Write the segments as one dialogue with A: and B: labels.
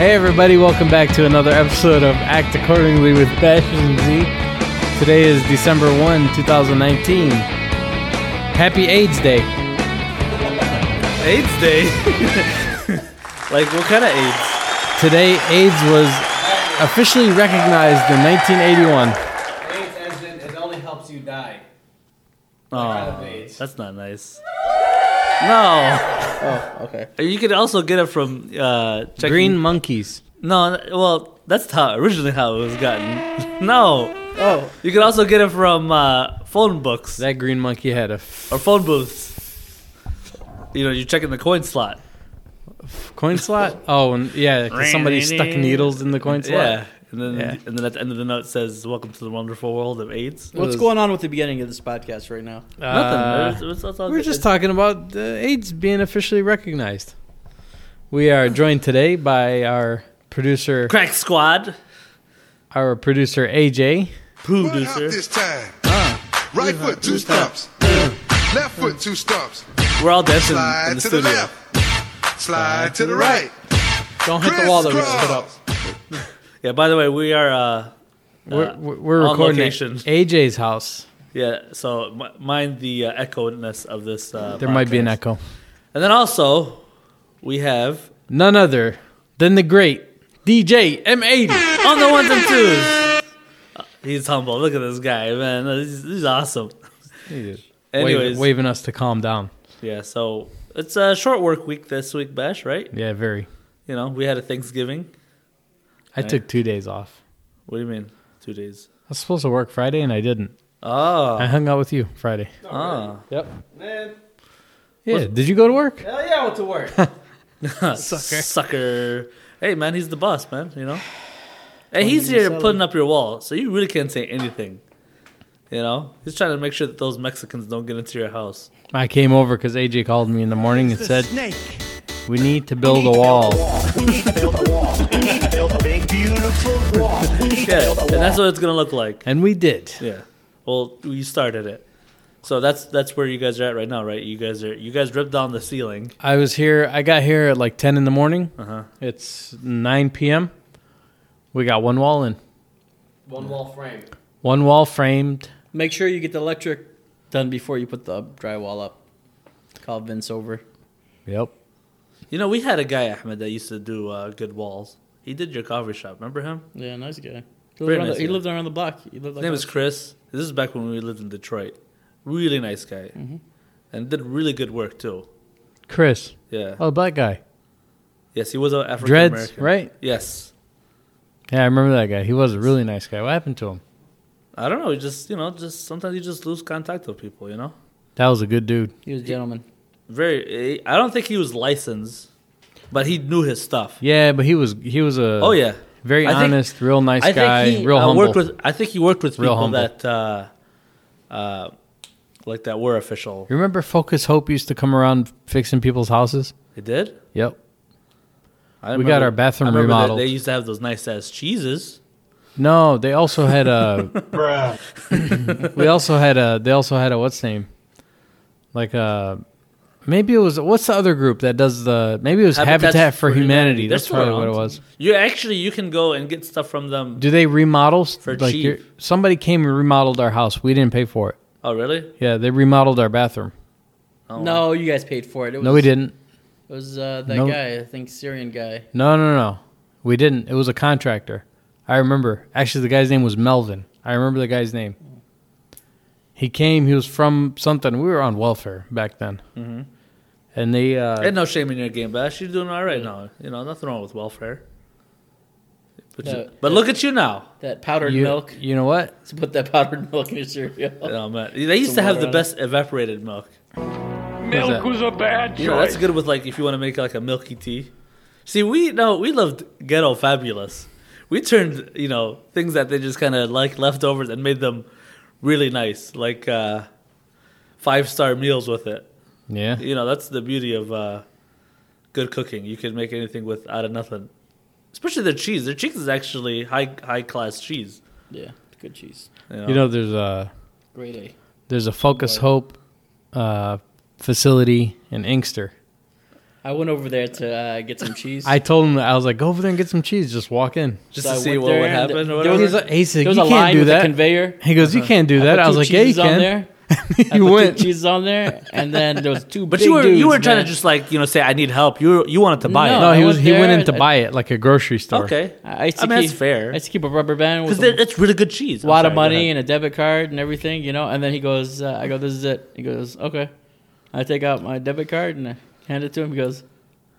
A: Hey everybody, welcome back to another episode of Act Accordingly with Bash and Z. Today is December 1, 2019. Happy AIDS Day.
B: AIDS Day. like what kind of AIDS?
A: Today, AIDS was officially recognized in 1981.
C: AIDS as in it only helps you die.
B: Oh,
C: AIDS.
B: that's not nice. No,
C: Oh, okay.
B: you could also get it from uh, checking.
A: Green monkeys.
B: No, well, that's how originally how it was gotten. no,
C: Oh,
B: you could also get it from uh, phone books
A: That green monkey had a f-
B: or phone booths. You know, you check in the coin slot.
A: coin slot? Oh, and yeah, 'cause somebody stuck needles in the coin slot.
B: Yeah. And then,
A: Yeah.
B: and then at the end of the note says, "Welcome to the wonderful world of AIDS."
A: What
C: what's
A: is-
C: going on with the beginning of this podcast right now?
A: Uh,
B: Nothing. It's- it's- it's all
A: We We're
B: good.
A: just talking about uh, AIDS being officially recognized. We are joined today by our producer,
B: Crack Squad
A: our producer AJ.
D: Pull out
B: producer.
D: this time.
A: Uh,
D: right foot, two stumps. Left foot, two stumps.
B: We're all dancing
D: Slide
B: in the
D: to the
B: studio.
D: left. Slide to the right.
A: Don't hit the wall that we just put up.
D: Crisscross.
B: Yeah. By the way, we are. Uh,
A: We're,
B: Uh,
A: we're we're
B: on
A: recording at
B: location.
A: AJ's house.
B: yeah. So m- mind the uh, echoedness of this. Uh,
A: There might be an
B: podcast.
A: echo.
B: And then also, we have
A: None other than the great DJ M80.
B: on the ones and twos. Uh, He's humble. Look at this guy, man. He's, he's awesome. Anyways.
A: Wave, waving us to calm down.
B: Yeah. So it's a short work week this week, Bash. Right?
A: Yeah, very.
B: You know, we had a Thanksgiving.
A: I took two days off.
B: What do you mean? Two days.
A: I was supposed to work Friday and I didn't. I
B: Oh.
A: hung out with you Friday.
B: oh.
A: Yep.
C: Man,
A: Yeah. Did you go to work?
C: hell yeah, I went to work.
B: Sucker. Sucker. Hey, man, he's the boss, man, you know? And he's here
C: sell
B: putting up your wall, so you really can't say anything. You know? He's trying to make sure that those Mexicans don't get into your house.
A: I came over because AJ called me in the morning and said, "We need to build a wall."
B: Yeah, and that's what it's going to look like.
A: And we did.
B: Yeah. Well, you started it. So that's that's where you guys are at right now, right? You guys are you guys ripped down the ceiling.
A: I was here. I got here at like 10 in the morning.
B: Uh-huh.
A: It's 9 p.m. We got one wall in,
C: One wall frame.
A: one wall framed.
E: Make sure you get the electric done before you put the drywall up. Call Vince over.
A: Yep.
B: You know, we had a guy Ahmed that used to do uh, good walls. He did your coffee shop. Remember him?
E: Yeah, nice guy. He lived,
B: Very
E: around,
B: nice
E: the, he
B: guy.
E: lived around the block. He lived
B: His
E: like
B: name
E: a-
B: is Chris. This is back when we lived in Detroit. Really nice guy, and did really good work too.
A: Chris,
B: Yeah.
A: oh, black guy,
B: Yes, he was an African
A: dreads,
B: American.
A: right?
B: Yes.
A: Yeah, I remember that guy. He was a really nice guy. What happened to him?
B: I don't know. You just you know, just sometimes you just lose contact with people. You know,
A: That was a good dude.
E: He was a gentleman.
B: very. eh, I don't think he was licensed, but he knew his stuff.
A: Yeah, but he was he was a
B: Oh yeah.
A: very
B: I think-
A: honest, real nice
B: I
A: guy,
B: think he
A: real
B: uh,
A: humble.
B: worked with. I think he worked with
A: Real
B: people
A: humble.
B: that, uh, uh, like that were official.
A: you remember Focus Hope used to come around fixing people's houses?
B: They did.
A: Yep.
B: I
A: We got
B: remember-
A: our bathroom
B: I remember that
A: remodeled.
B: They used to have those nice ass cheeses.
A: No, they also had a. we also had a. They also had a what's name, like a. Maybe it was what's the other group that does the? Maybe it was
B: Habitats
A: Habitat for,
B: for
A: Humanity.
B: Humanity.
A: That's
B: That's what
A: probably what it
B: I'm-
A: was.
B: You actually you can go and get stuff from them.
A: Do they remodel s-
B: For
A: like
B: cheap.
A: your- somebody came and remodeled our house? We didn't pay for it.
B: Oh really?
A: Yeah, they remodeled our bathroom.
B: Oh.
E: No, you guys paid for it. it was,
A: No, we didn't.
E: It was uh, that
A: No.
E: guy, I think Syrian guy.
A: No, no, no, we didn't. It was a contractor. I remember. Actually, the guy's name was Melvin. I remember the guy's name. He came. He was from something. We were on welfare back then. And they uh,
B: Ain't no shame in your game, Bash. You're doing all right now. You know, nothing wrong with welfare. But, you-
E: No.
B: but look at you now.
E: That powdered
A: you,
E: milk.
A: You know what?
E: Let's put that powdered milk in your cereal.
B: Oh, man. They used
E: Some
B: to have
E: water
B: the
E: on it.
B: best evaporated milk.
A: What was that?
B: You know, that's good with like if you want to make like a milky tea. See, we no, we loved ghetto fabulous. We turned you know things that they just kind of like leftovers and made them really nice, like uh, five star meals with it.
A: Yeah.
B: you know that's the beauty of uh, good cooking. You can make anything with out of nothing, especially their cheese. Their cheese is actually high high class cheese.
E: Yeah, good cheese.
B: You know,
A: You know, there's a
E: Great A.
A: there's a Focus Hope uh, facility in Inkster.
E: I went over there to uh, get some cheese.
A: I told him, I was like, go over there and get some cheese. Just walk in.
B: Just
E: So
B: to
E: I
B: see
E: went
B: what
E: there
B: would
E: and
B: happen
E: there
B: or
A: He's
B: whatever.
A: like, he said,
E: there was
A: you
E: a
A: can't
E: line
A: do
E: with a
A: that.
E: conveyor.
A: he goes, you can't do that.
E: put
A: I was
E: two
A: like, yeah, you
E: cheeses on
A: can.
E: there. I
A: you
E: put
A: went.
E: two cheeses on there, and then there was two.
B: But
E: big
B: you were
E: dudes,
B: you were trying
E: man.
B: to just like you know say I need help. You were- you wanted to buy
A: No,
E: I
A: he
E: went
A: was. He went in
E: there,
A: to
E: I-
A: buy it like a grocery store.
B: it. Okay,
E: I, used to
B: I mean
E: keep,
B: that's fair
E: I used to keep a rubber band with
B: because
E: a
B: it's really good cheese. I'm
E: lot of
B: sorry, go
E: money
B: ahead.
E: and a debit card and everything, you know. And then he goes, uh, "I go, this is it." He goes, "Okay." I take out my debit card and I hand it to him. He goes,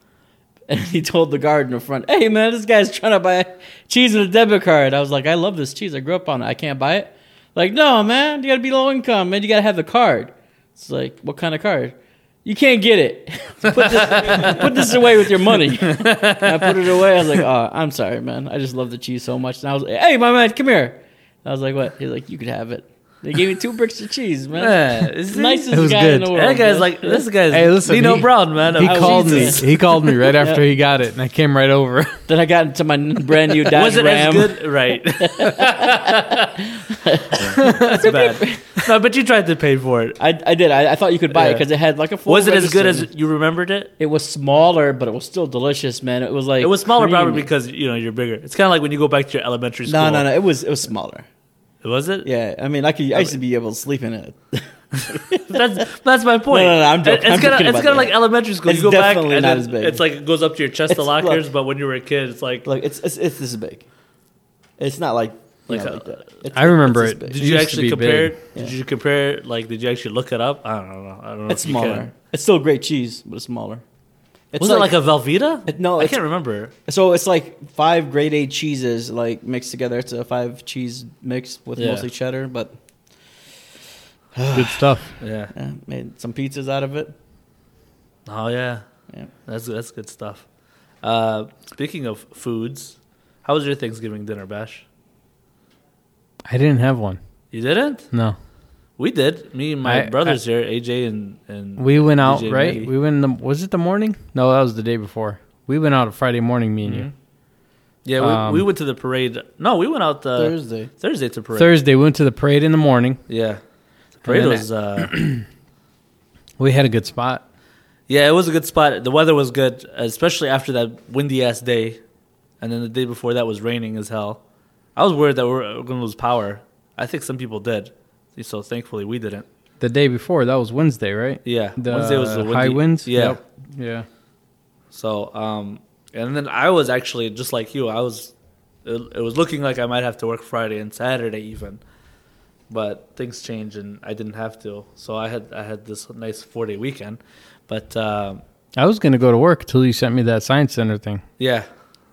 E: and he told the guard in the front, "Hey man, this guy's trying to buy cheese with a debit card." I was like, "I love this cheese. I grew up on it. I can't buy it." Like, no man, you gotta be low income, man. You gotta have the card. It's like, what kind of card? You can't get it. put, this, put this away with your money. And I put it away. I was like, oh, I'm sorry, man. I just love the cheese so much. And I was like, hey, my man, come here. I was like, what? He's like, you could have it. They gave me two bricks of cheese, man.
B: Yeah, is he-
E: Nicest
A: It was
E: guy in
A: good.
E: the
A: That
E: world.
B: That guy's
E: man.
B: like this guy's
A: uh, Hey, listen,
B: Nino
A: he-
B: Brown man.
A: He
B: of
A: called me.
B: Jesus.
A: He called me right after he got it, and I came right over.
E: Then I got into my n- brand new Dodge
B: Was it as
E: Ram.
B: good? Right. That's bad. No, but you tried to pay for it.
E: I, I did. I, I thought you could buy it
B: Yeah.
E: because it had like a. full
B: Was it as good
E: register.
B: as you remembered it?
E: It was smaller, but it was still delicious, man. It was like
B: It was smaller probably
E: creamy.
B: because you know you're bigger. It's kind of like when you go back to your elementary school.
E: no, no, no. It was it was smaller.
B: Was it?
E: Yeah, I mean, I could I used to be able to sleep in it.
B: That's that's my point.
E: No, no, no, I'm joking.
B: It's
E: I'm
B: kinda,
E: joking
B: it's
E: about
B: kind of
E: that.
B: like elementary school.
E: It's
B: you go back,
E: definitely
B: and
E: not
B: then
E: as big.
B: it's like it goes up to your chest, the
E: It's-
B: lockers.
E: look.
B: but when you were a kid, it's like
E: Like it's it's, it's this big. It's not like you
B: Like
E: know,
B: a-
E: like that. It's-
A: I remember
E: it's
A: it.
E: this big.
B: Did you
A: used to
B: actually
A: be
B: compare?
A: big.
B: Did you compare? it? Like, did you actually look it up? I don't know. I don't know.
E: It's
B: if you can.
E: smaller. It's still great cheese, but it's smaller. It's
B: Was it like a Velveeta?
E: It- no,
B: I
E: it's-
B: can't remember.
E: so it's like five grade A cheeses like mixed together. It's a five cheese mix with
B: Yeah.
E: mostly cheddar, but
A: Good stuff.
B: Yeah.
E: yeah, made some pizzas out of it.
B: Oh yeah.
E: Yeah.
B: That's that's good stuff. Uh, speaking of foods, how was your Thanksgiving dinner, Bash?
A: I didn't have one.
B: You didn't?
A: No,
B: We did. Me and my
A: I-
B: brothers here, AJ and and
A: we went out
B: DJ
A: right.
B: Maggie.
A: We went. In the, was it the morning? No, that was the day before. We went out Friday morning. Me and
E: Mm-hmm.
A: you.
B: yeah, we,
A: um,
B: we went to the parade. No, we went out uh, Thursday.
E: Thursday.
B: to parade.
A: Thursday, we went to the parade in the morning.
B: Yeah, the parade
A: then
B: was. Uh,
A: We had a good spot.
B: Yeah, it was a good spot. The weather was good, especially after that windy ass day, and then the day before that was raining as hell. I was worried that we were going to lose power. I think some people did, so thankfully we didn't.
A: The day before, that was Wednesday, right?
B: Yeah,
A: The
B: Wednesday was the windy,
A: high winds.
B: Yeah,
A: Yep. Yeah.
B: so um, and then I was actually just like you. I was, it, it was looking like I might have to work Friday and Saturday even, but things changed and I didn't have to. So I had I had this nice four day weekend, but um,
A: I was gonna go to work till you sent me that science center thing.
B: yeah,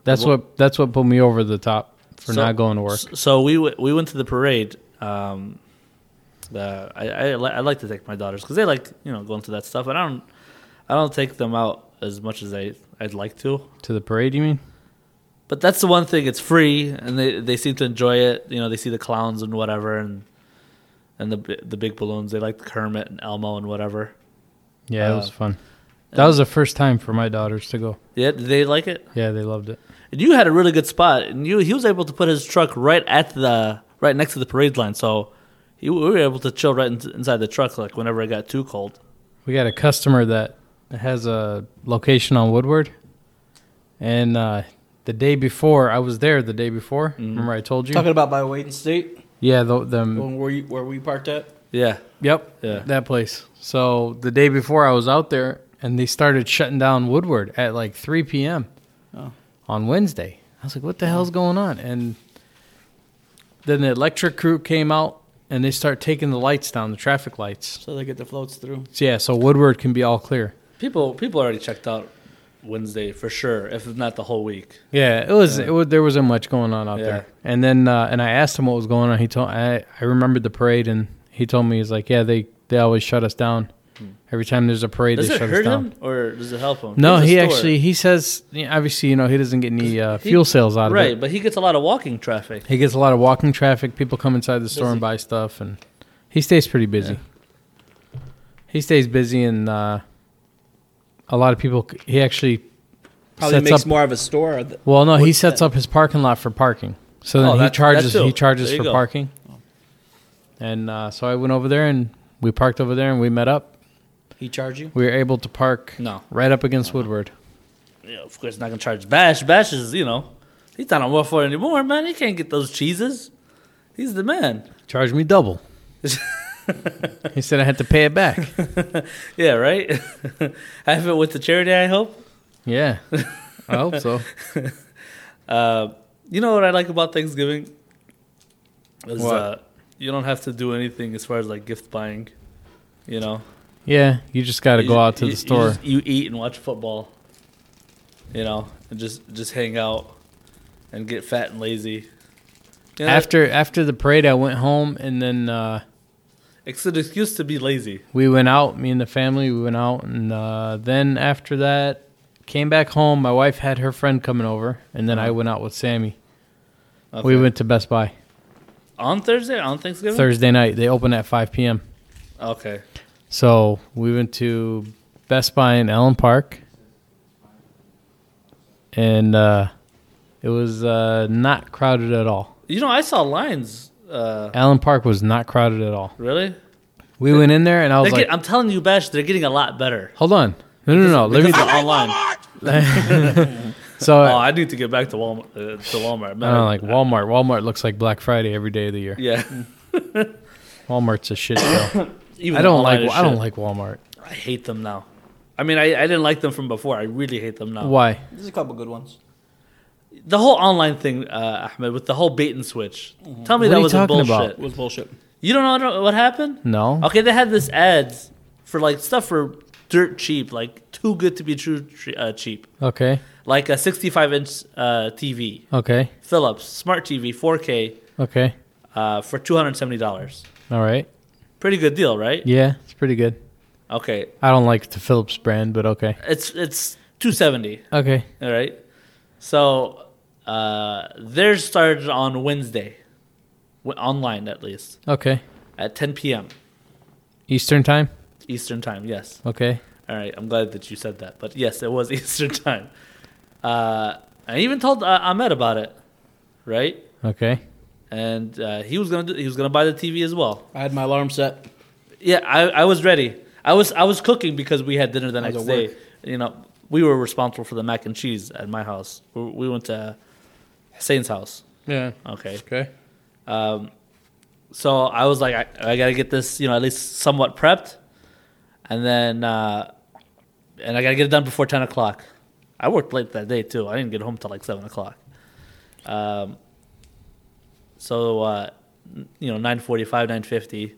A: That's what. That's what put me over the top for
B: So-
A: not going to work.
B: S- So we w- we went to the parade. Um, the I I, li- I like to take my daughters because they like you know going to that stuff, and I don't I don't take them out as much as I I'd like to.
A: To the parade, you mean?
B: But that's the one thing; it's free, and they they seem to enjoy it. You know, they see the clowns and whatever, and and the bi- the big balloons. They like Kermit and Elmo and whatever.
A: Yeah, it
B: Uh,
A: was fun. That was the first time for my daughters to go.
B: Yeah, did they like it?
A: Yeah, they loved it.
B: And you had a really good spot, and you he was able to put his truck right at the right next to the parade line, so he, we were able to chill right in, inside the truck, like whenever it got too cold.
A: We got a customer that has a location on Woodward, and uh, the day before I was there. The day before,
B: Mm-hmm.
A: remember I told you?
E: Talking about by Wayne State,
A: yeah, the, the
B: Mm.
E: when where you, where we parked at.
B: Yeah,
A: yep,
B: Yeah.
A: that place. So the day before I was out there, and they started shutting down Woodward at like 3 p.m.
E: Oh.
A: on Wednesday. I was like, "What the hell's going on?" And then the electric crew came out, and they start taking the lights down, the traffic lights.
E: So they get the floats through.
A: So, yeah, so Woodward can be all clear.
B: people people already checked out Wednesday for sure, if not the whole week.
A: Yeah, it was. It was there wasn't much going on out
B: Yeah.
A: there. And then uh, and I asked him what was going on. He told I I remembered the parade, and he told me he's like, yeah, they they always shut us down every time there's a parade.
B: Hmm. Does
A: they
B: it
A: shut
B: hurt
A: us down.
B: him or does it help him?
A: No,
B: He's a
A: he
B: store.
A: actually he says yeah, obviously you know he doesn't get any uh, fuel sales out of
B: right,
A: it.
B: but he gets a lot of walking traffic.
A: He gets a lot of walking traffic. People come inside the store and
B: he?
A: buy stuff, and he stays pretty busy. He stays busy, and uh, a lot of people. c- He actually
E: Probably
A: sets
E: makes
A: up
E: more of a store. th-
A: Well, no, he
E: What's
A: sets up his parking lot for parking. So then
B: Oh,
A: he,
B: that- that
A: charges,
B: too.
A: he charges
B: There you
A: for
B: go.
A: parking. And uh, so I went over there and we parked over there and we met up.
E: He charged you?
A: We were able to park
B: No.
A: right up against Woodward.
B: Yeah, of course, not gonna charge Bash. Bash is, you know, he's not on welfare anymore, man. He can't get those cheeses. He's the man.
A: Charged me double. he said I had to pay it back.
B: Yeah, right. Have it with the charity. I hope.
A: Yeah. I hope so.
B: Uh, you know what I like about Thanksgiving is
A: What?
B: Uh, you don't have to do anything as far as like gift buying. You know,
A: Yeah, you just got to go
B: You-
A: out to
B: you-
A: the
B: you
A: store.
B: just- You, eat and watch football. You know, and just just hang out and get fat and lazy. You know,
A: after after the parade, I went home and then uh,
B: it's an excuse to be lazy.
A: we went out. Me and the family, we went out, and uh, then after that, came back home. My wife had her friend coming over, and then I went out with Sammy. We
B: Uh-huh. Okay.
A: went to Best Buy
B: on Thursday on Thanksgiving.
A: Thursday night. They open at five p.m.
B: Okay.
A: So we went to Best Buy in Allen Park, and uh, it was uh, not crowded at all.
B: You know, I saw lines. Uh,
A: Allen Park was not crowded at all.
B: really?
A: We went in there, and I
B: They're
A: was like,
B: get- I'm telling you, Bash, they're getting a lot better.
A: "Hold on, no, no, no, let me."
B: Because they're online.
A: So
B: Oh, I need to get back to Walmart. Uh, to Walmart.
A: I
B: Man,
A: don't know, like Walmart. Walmart looks like Black Friday every day of the year.
B: yeah.
A: Walmart's a shit show.
B: Even
A: I don't
B: online
A: like.
B: is
A: I don't
B: shit.
A: like Walmart.
B: I hate them now. I mean, I, I didn't like them from before. I really hate them now.
A: Why?
C: There's a couple good ones.
B: The whole online thing, uh, Ahmed, with the whole bait and switch. Tell me
A: What are
B: that
A: you
B: was a
A: talking
B: bullshit.
A: about?
E: With bullshit.
B: You don't know what happened?
A: No.
B: Okay, they had this ads for like stuff for dirt cheap, like too good to be true tre- uh, cheap,
A: Okay.
B: like a 65 inch uh, TV,
A: Okay.
B: Philips smart TV, 4K,
A: Okay.
B: uh, for two hundred seventy dollars.
A: All right.
B: Pretty good deal, right?
A: Yeah, it's pretty good.
B: Okay,
A: I don't like the Philips brand, but okay.
B: it's it's two seventy.
A: Okay.
B: All right, so uh, theirs started on Wednesday, w- online at least
A: Okay.
B: at ten p.m.
A: Eastern time.
B: Eastern time. Yes.
A: Okay.
B: All right. I'm glad that you said that, but yes, it was Eastern time. Uh, I even told uh, Ahmed about it, right?
A: Okay.
B: And uh, he was gonna do, he was gonna buy the TV as well.
E: I had my alarm set.
B: Yeah, I, I was ready. I was I was cooking because we had dinner the
E: was
B: next
E: at
B: day.
E: work.
B: You know, we were responsible for the mac and cheese at my house. We, we went to Hussein's house.
A: Yeah.
B: Okay,
A: Okay.
B: Um, so I was like, I, I gotta get this, you know, at least somewhat prepped, and then uh, and I gotta get it done before ten o'clock. I worked late that day too. I didn't get home till like seven o'clock. Um, so uh, n- you know, nine forty-five, nine fifty.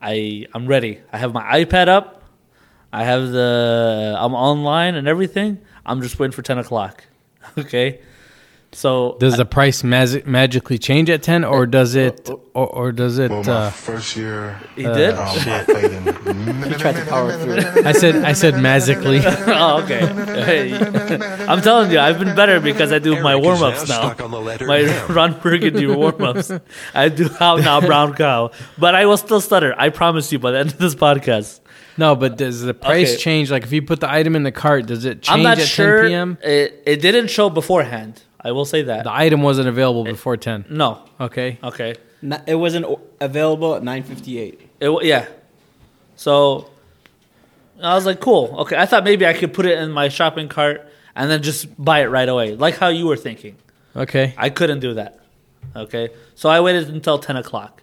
B: I I'm ready. I have my iPad up. I have the I'm online and everything. I'm just waiting for ten o'clock. Okay, so
A: Does the price mas- magically change at ten, or does it, or, or does it? Uh,
D: first year,
B: he did.
D: I played in.
E: Tried to power through it.
A: I said. I said magically.
B: oh, okay. Hey, I'm telling you, I've been better because I do my
F: Eric is
B: warm ups
F: now
B: now.
F: stuck on the letter
B: My
F: M.
B: Ron Burgundy warm ups. I do how now, brown cow. But I will still stutter. I promise you by the end of this podcast.
A: No, but does the price
B: Okay.
A: change? Like, if you put the item in the cart, does it change
B: I'm not
A: at
B: sure.
A: 10 p.m.?
B: It, it didn't show beforehand. I will say that.
A: The item wasn't available before 10.
B: No.
A: Okay.
B: Okay.
E: Not, it wasn't o- available at 9.58.
B: It, wa- yeah. So I was like, cool. Okay. I thought maybe I could put it in my shopping cart and then just buy it right away, like how you were thinking.
A: Okay.
B: I couldn't do that. Okay. So I waited until 10 o'clock.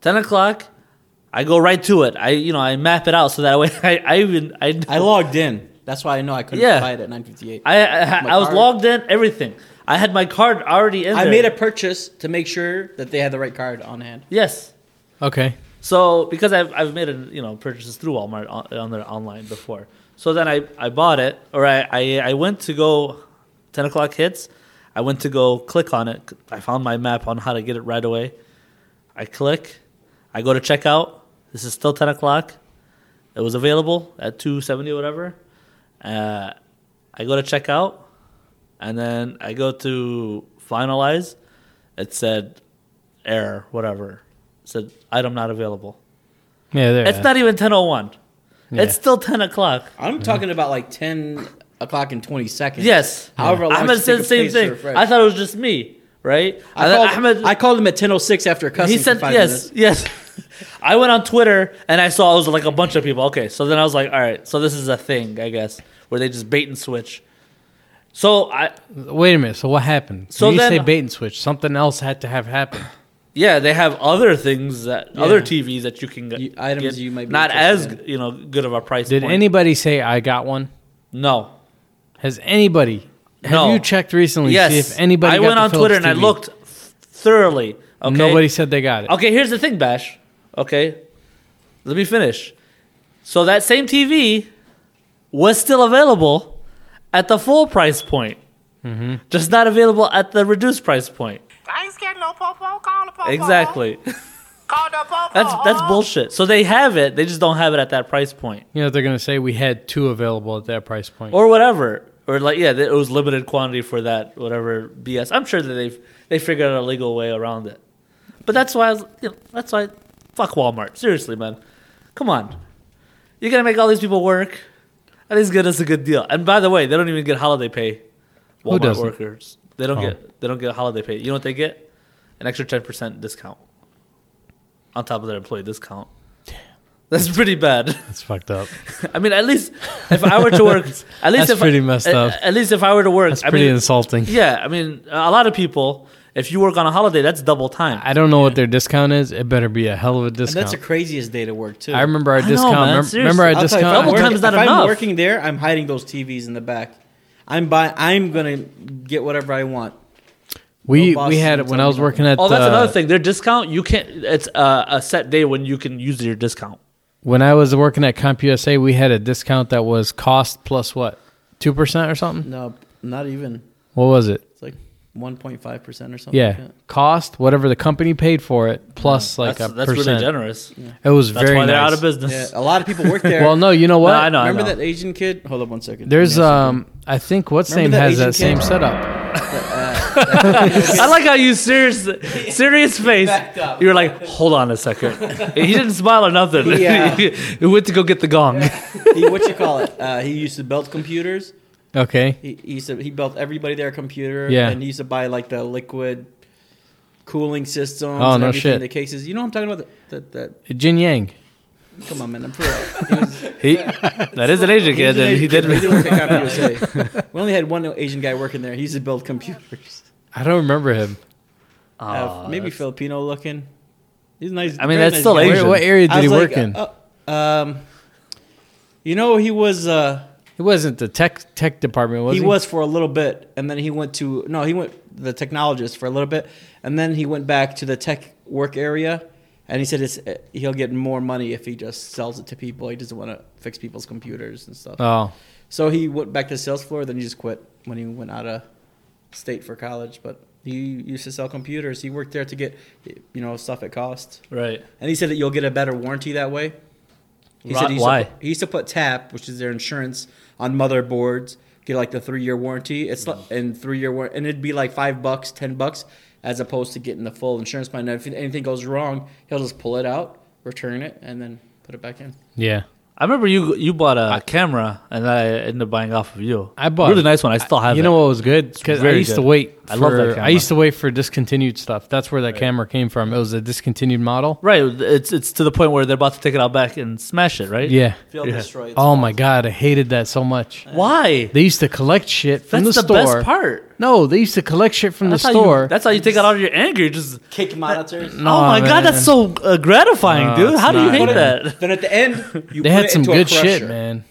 B: 10 o'clock, I go right to it. I, you know, I map it out so that way I, I even, I,
E: I logged in. That's why I know I couldn't
B: Yeah.
E: buy it at 9.58. I,
B: I, I,
E: My
B: I was
E: card.
B: logged in, everything. I had my card already in there.
E: made a purchase to make sure that they had the right card on hand.
B: Yes.
A: Okay.
B: So because I've, I've made a, you know purchases through Walmart on, on their online before, so then I, I bought it or I, I I went to go, ten o'clock hits, I went to go click on it. I found my map on how to get it right away. I click, I go to checkout. This is still ten o'clock. It was available at two seventy whatever. Uh, I go to checkout, and then I go to finalize. It said error whatever. It said item not available.
A: Yeah, there.
B: It's not even ten oh one.
A: Yeah.
B: It's still ten o'clock.
E: I'm talking about like 10 o'clock and 20 seconds.
B: Yes.
E: However long
B: Ahmed
E: it
B: said the
E: takes
B: same
E: to
B: thing.
E: refresh.
B: I thought it was just me, right?
E: I
B: And then
E: called, I called him at 10.06 after cussing
B: he
E: for
B: said
E: five
B: yes, yes. I went on Twitter and I saw it was like a bunch of people. Okay, so then I was like, all right, so this is a thing, I guess, where they just bait and switch. So I,
A: Wait a minute. So what happened?
B: So
A: So you
B: then-
A: say bait and switch. Something else had to have happened.
B: yeah, they have other things that other TVs that you can get
G: You- items you might be
B: not as
G: interested
B: you know good of a price.
A: Did
B: point.
A: anybody say I got one?
B: No.
A: Has anybody? Have
B: No.
A: you checked recently? to
B: Yes.
A: See if anybody.
B: I
A: got
B: went
A: the
B: on
A: Philips
B: Twitter and I
A: TV?
B: looked thoroughly. Okay?
A: Nobody said they got it.
B: Okay, here's the thing, Bash. Okay, let me finish. So that same TV was still available at the full price point, just not available at the reduced price point.
F: I ain't scared of no popo. Call the popo.
B: Exactly.
F: Call the popo.
B: That's that's bullshit. So they have it, they just don't have it at that price point
A: You know they're gonna say we had two available at that price point.
B: or whatever, or like yeah, it was limited quantity for that whatever BS. I'm sure that they've they figured out a legal way around it. But that's why I was, you know, that's why fuck Walmart. Seriously, man. Come on. You're gonna make all these people work. At least get us a good deal. And by the way, they don't even get holiday pay. Walmart
A: doesn't?
B: workers. They don't
A: Oh.
B: get they don't get holiday pay. You know what they get? An extra ten percent discount. On top of their employee discount. That's pretty bad.
A: That's fucked up.
B: I mean, at least if I were to work, at least
A: That's
B: if
A: pretty messed
B: at,
A: up.
B: At least if I were to work,
A: That's
B: I
A: pretty
B: mean,
A: insulting.
B: yeah. I mean, a lot of people, if you work on a holiday, that's double time.
A: I don't know what their discount is. It better be a hell of a
E: And
A: discount.
E: that's the craziest day to work too.
A: I remember our
B: know,
A: discount.
B: man,
A: Remem-
B: seriously.
A: remember our
B: I'll
E: I'll tell you,
A: discount.
B: Double
A: Remember-
B: time
E: working-
B: is not
E: if
B: enough.
E: I'm working there, I'm hiding those TVs in the back. I'm buy. I'm gonna get whatever I want.
A: We
E: No boss
A: we had
E: didn't
A: when I
E: tell me
A: was
E: nothing.
A: working at
B: oh, that's
A: uh,
B: another thing. Their discount, you can't. It's uh, a set day when you can use your discount.
A: when I was working at CompUSA, we had a discount that was cost plus what two percent or something.
E: No,
G: Not even.
A: What was it?
E: it's like 1.5 percent or something.
A: Yeah,
E: like
A: cost whatever the company paid for it plus like
B: that's
A: a
B: that's
A: percent.
B: really generous.
A: It was
B: That's
A: very
B: why they're
A: nice.
B: out of business.
E: that. yeah. A lot of people work there.
A: Well, no, you know what?
B: No, I know. I
E: remember
B: know.
E: that Asian kid? Hold up one second.
A: There's
E: Give me a second.
A: um, I think what's
E: Remember
A: name
E: that
A: has that
E: Asian
A: same
E: kid?
A: setup.
B: I like how you serious, serious face. You were like, hold on a second. he didn't smile or nothing.
E: Yeah.
B: he went to go get the gong.
E: he, what you call it? Uh, he used to belt computers.
A: Okay,
E: He he used to, he built everybody their computer.
A: Yeah.
E: and he used to buy like the liquid cooling systems.
A: Oh,
E: and
A: no
E: everything,
A: shit.
E: The cases. You know what I'm talking about? That that.
A: Jin Yang.
E: that- Come on, man. I'm for real.
B: He, that is an Asian kid, and he did.
E: We didn't work at CompUSA. We only had one Asian guy working there. He used to build computers.
A: I don't remember him.
E: Uh, maybe Filipino looking. He's nice.
B: I mean,
E: very
B: that's
E: nice
B: still
E: guy.
B: Asian.
A: Where, what area did
E: I
A: he
E: was
A: work
E: like,
A: in?
E: uh, uh, um, you know, he was uh,
A: It wasn't the tech tech department, was
E: he
A: he?
E: was for a little bit, and then he went to no, he went the technologist for a little bit, and then he went back to the tech work area, and he said it's, uh, he'll get more money if he just sells it to people. He doesn't want to fix people's computers and stuff.
A: Oh,
E: So he went back to the sales floor, then he just quit when he went out of state for college. But he used to sell computers. He worked there to get, you know, stuff at cost.
B: Right.
E: And he said that you'll get a better warranty that way. He
B: Ri-
E: said he used,
B: why?
E: To put, he used to put TAP, which is their insurance, on motherboards, get like the three year warranty. It's like, and three year war- and it'd be like five bucks, ten bucks, as opposed to getting the full insurance plan. And if anything goes wrong, he'll just pull it out, return it, and then put it back in.
A: yeah.
B: I remember you you bought a camera, and I ended up buying off of you.
A: I bought
B: really nice one. I still have.
A: You
B: it.
A: know what was good? Because I
B: very
A: used to
B: good.
A: wait. For,
B: I love that
A: I
B: camera.
A: used to wait for discontinued stuff. That's where that camera came from. It was a discontinued model.
B: Right. It's it's to the point where they're about to take it out back and smash it. Right.
A: Yeah.
E: Feel
B: Yeah.
E: destroyed.
A: Oh my god, I hated that so much.
B: Why?
A: They used to collect shit from
B: That's
A: the,
B: the,
A: store.
B: best part.
A: No, they used to collect shit from
B: That's
A: the
B: how
A: store.
B: You, that's how you take out all your anger. Just
E: Kick monitors.
A: No,
B: oh my
A: man.
B: god, that's so uh, gratifying,
A: No,
B: dude.
A: it's
B: How do you
A: not,
B: hate
A: man.
B: that?
E: Then at the end, you
A: they
E: put
A: had
E: it
A: some
E: into a
A: good shit,
E: crusher.
A: man.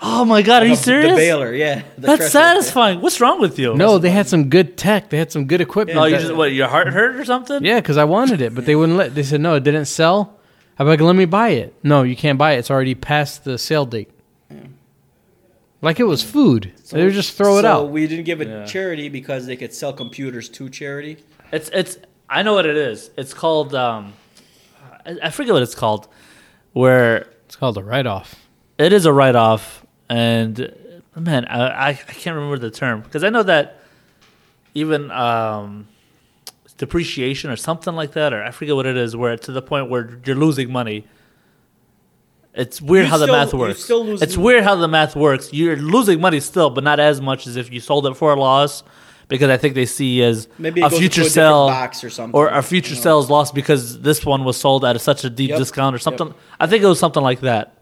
B: Oh my god, are you
E: Of The
B: serious?
E: baler, yeah. The
B: That's
E: crusher.
B: satisfying. What's wrong with you?
A: No, they had some good tech. They had some good equipment.
B: Oh, you
A: that-
B: just what? Your heart hurt or something?
A: yeah, because I wanted it, but they wouldn't let. They said no, it didn't sell. I'm like, let me buy it. No, you can't buy it. It's already past the sale date. Like it was food. they would just throw it
E: So
A: out.
E: we didn't give it
B: Yeah.
E: charity because they could sell computers to charity.
B: It's it's. I know what it is. It's called. Um, I, I forget what it's called. Where
A: It's called a write off.
B: it is a write off, and man, I, I I can't remember the term because I know that even um, depreciation or something like that, or I forget what it is, where to the point where you're losing money. It's weird
E: You
B: how the
E: still-
B: math
E: you
B: works.
E: still lose
B: it's
E: money.
B: weird how the math works. You're losing money still, but not as much as if you sold it for a loss, because I think they see as
C: Maybe it
B: a
C: goes
B: future
C: into a
B: sell
C: different box or something,
B: or a future
C: you know.
B: sell is lost because this one was sold at a, such a deep
C: Yep.
B: discount or
C: Yep.
B: something. I think it was something like that,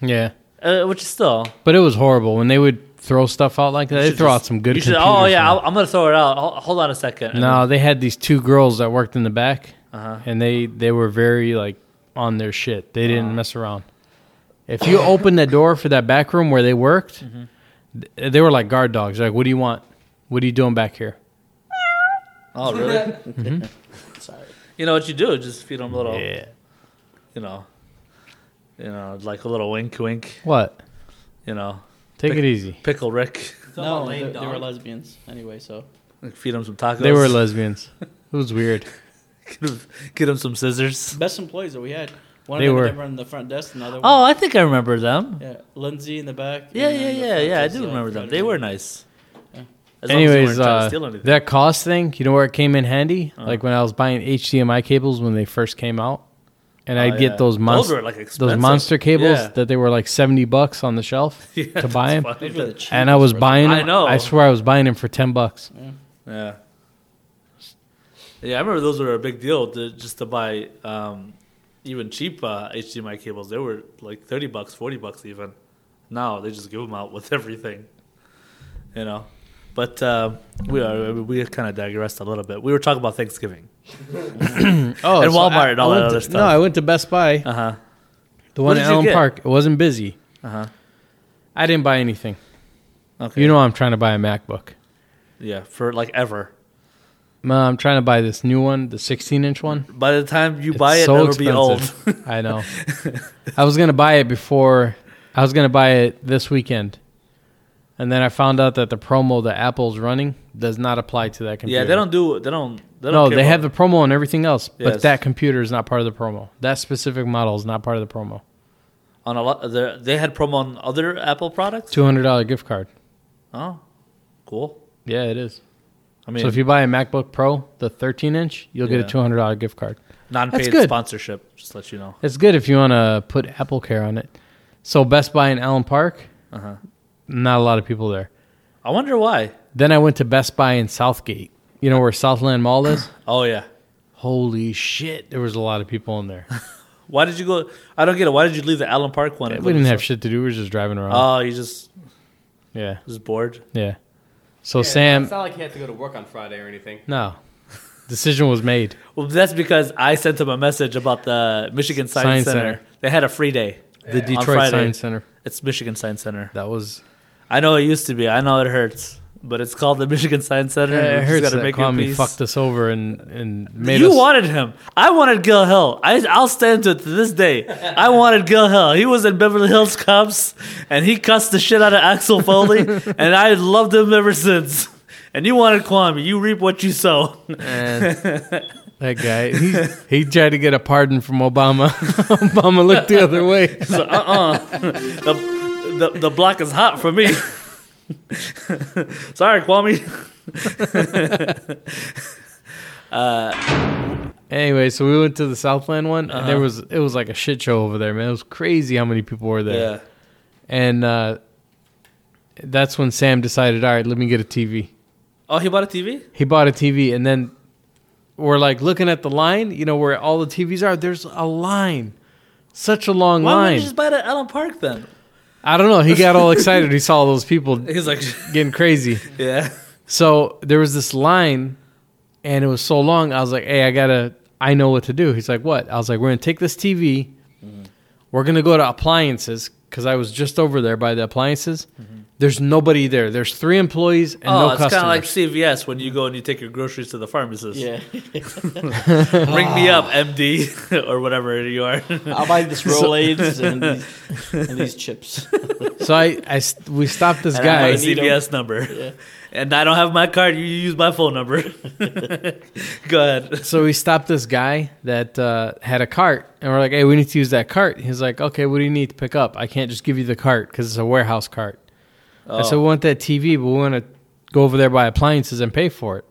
A: Yeah.
B: uh, which is still
A: But it was horrible when they would throw stuff out like that. They
B: should
A: throw
B: just-
A: out some good.
B: You should.
A: computers
B: Oh yeah,
A: now.
B: I'll, I'm gonna throw it out. Hol- Hold on a second. And
A: No, they had these two girls that worked in the back,
B: Uh-huh.
A: and they they were very like on their shit. They didn't
B: Uh-huh.
A: mess around. If you opened the door for that back room where they worked,
B: Mm-hmm.
A: th- they were like guard dogs. Like, what do you want? What are you doing back here?
B: then- Oh really?
C: Sorry.
B: you know what you do? Just feed them a little.
A: Mm-hmm. Yeah.
B: You know. You know, like a little wink, wink.
A: What?
B: You know,
A: Take it easy.
B: pickle Rick.
E: No, they, they were lesbians anyway, so
B: Feed him some tacos.
A: They were lesbians. It was weird.
B: get, him, get him some scissors.
E: best employees that we had. One
A: They
E: of them
A: were.
E: had to run the front desk, another one.
B: Oh, I think I remember them.
E: yeah, Lindsay in the back.
B: Yeah,
E: and
B: yeah,
E: then the
B: yeah,
E: front
B: yeah. I
E: desk,
B: do
E: uh,
B: remember them.
E: Frederick.
B: They were nice. As long as they
A: Anyways,
B: weren't trying to
A: uh,
B: steal anything. Uh-huh.
A: that cost thing, you know where it came in handy? Like when I was buying HDMI cables when they first came out, and I'd
B: Oh,
A: get
B: yeah.
A: those
B: Those
A: monsters.
B: were, like,
A: those
B: expensive.
A: monster cables
B: Yeah.
A: that they were like 70 bucks on the shelf
B: Yeah,
A: to buy them.
B: that's funny.
E: Those were the cheapest
A: and I was
E: ones.
A: buying.
B: I
A: them-
B: know.
A: I swear, I was buying them for ten bucks.
B: Yeah. Yeah, I remember those were a big deal to, just to buy um, even cheap uh, HDMI cables. They were like 30 bucks, 40 bucks even. Now they just give them out with everything, you know. But um, we are we kind of digressed a little bit. We were talking about Thanksgiving.
A: Oh,
B: And so Walmart I- and all I that went other to-
A: No,
B: stuff.
A: I went to Best Buy,
B: Uh huh.
A: the one
B: did
A: in
B: you
A: Elm
B: get?
A: Park. It wasn't busy.
B: Uh huh.
A: I didn't buy anything.
B: Okay.
A: You know, I'm trying to buy a MacBook.
B: Yeah, for like ever.
A: No, I'm trying to buy this new one, the 16 inch one.
B: By the time you
A: It's
B: buy it,
A: so
B: it'll be old.
A: expensive. I know. I was gonna buy it before. I was gonna buy it this weekend, and then I found out that the promo that Apple's running does not apply to that computer.
B: yeah, they don't do. They don't. They don't
A: no,
B: care
A: they have
B: about-
A: the promo and everything else,
B: Yes.
A: but that computer is not part of the promo. That specific model is not part of the promo.
B: on a lot. they- They had promo on other Apple products.
A: Two hundred dollar gift card.
B: Oh, cool.
A: Yeah, it is.
B: I mean,
A: so if you buy a MacBook Pro, the 13 inch, you'll get
B: Yeah.
A: a two hundred dollar gift card.
B: non-paid
A: That's good.
B: sponsorship. Just to let you know.
A: It's good if you want to put Apple Care on it. So Best Buy in Allen Park,
B: Uh-huh.
A: not a lot of people there.
B: I wonder why.
A: Then I went to Best Buy in Southgate. You know where Southland Mall is?
B: Oh yeah.
A: Holy shit, there was a lot of people in there.
B: Why did you go? I don't get it. Why did you leave the Allen Park one?
A: we didn't have shit to do. We were just driving around.
B: Oh, you just
A: yeah,
B: just bored.
A: yeah. So Sam,
H: It's not like he had to go to work on Friday or anything.
A: no, decision was made.
B: Well, that's because I sent him a message about the Michigan
A: Science
B: Science, Center.
A: Center.
B: They had a free day.
A: The Detroit Science Center.
B: It's Michigan Science Center.
A: That was.
B: I know it used to be. I know it hurts, but it's called the Michigan Science Center. and we
A: Yeah, it
B: just
A: hurts
B: gotta
A: that
B: make it in
A: Kwame
B: peace.
A: fucked us over and and made
B: You
A: us.
B: wanted him. I wanted Gil Hill. I, I'll stand to it to this day. I wanted Gil Hill. He was in Beverly Hills Cops, and he cussed the shit out of Axel Foley, and I loved him ever since. And you wanted Kwame. You reap what you sow.
A: that guy. He, he tried to get a pardon from Obama. Obama looked the other way.
B: So, uh-uh. the, the, the block is hot for me. Sorry, Kwame.
A: Anyway, so we went to the Southland one. And there was it was like a shit show over there, man. It was crazy how many people were there. And uh, that's when Sam decided, all right, let me get a TV.
B: Oh, he bought a TV?
A: He bought a TV, and then we're like looking at the line, you know, where all the TVs are. There's a line, such a long
B: Why wouldn't
A: line.
B: you just buy it at Allen Park then?
A: I don't know. He got all excited. he saw all those people
B: He's like,
A: getting crazy.
B: yeah.
A: So there was this line, and it was so long. I was like, "Hey, I gotta, I know what to do." He's like, "What?" I was like, "We're gonna take this TV.
B: Mm-hmm.
A: We're gonna go to appliances because I was just over there by the appliances. There's nobody there. There's three employees and
B: Mm-hmm. Oh,
A: no
B: it's kind of
A: customers.
B: like CVS when you go and you take your groceries to the pharmacist.
E: Yeah,
B: Ring
A: Ah.
B: me up, MD, or whatever you are.
E: I'll buy this Rolades and, these, and these chips.
A: so I, I st- we stopped this
B: And I
A: guy.
B: have a CVS number, and I don't have my card. You use my phone number. Go ahead.
A: so we stopped this guy that uh, had a cart, and we're like, "Hey, we need to use that cart." He's like, "Okay, what do you need to pick up? I can't just give you the cart because it's a warehouse cart." I
B: Oh.
A: said, "We want that TV, but we want to go over there by appliances and pay for it."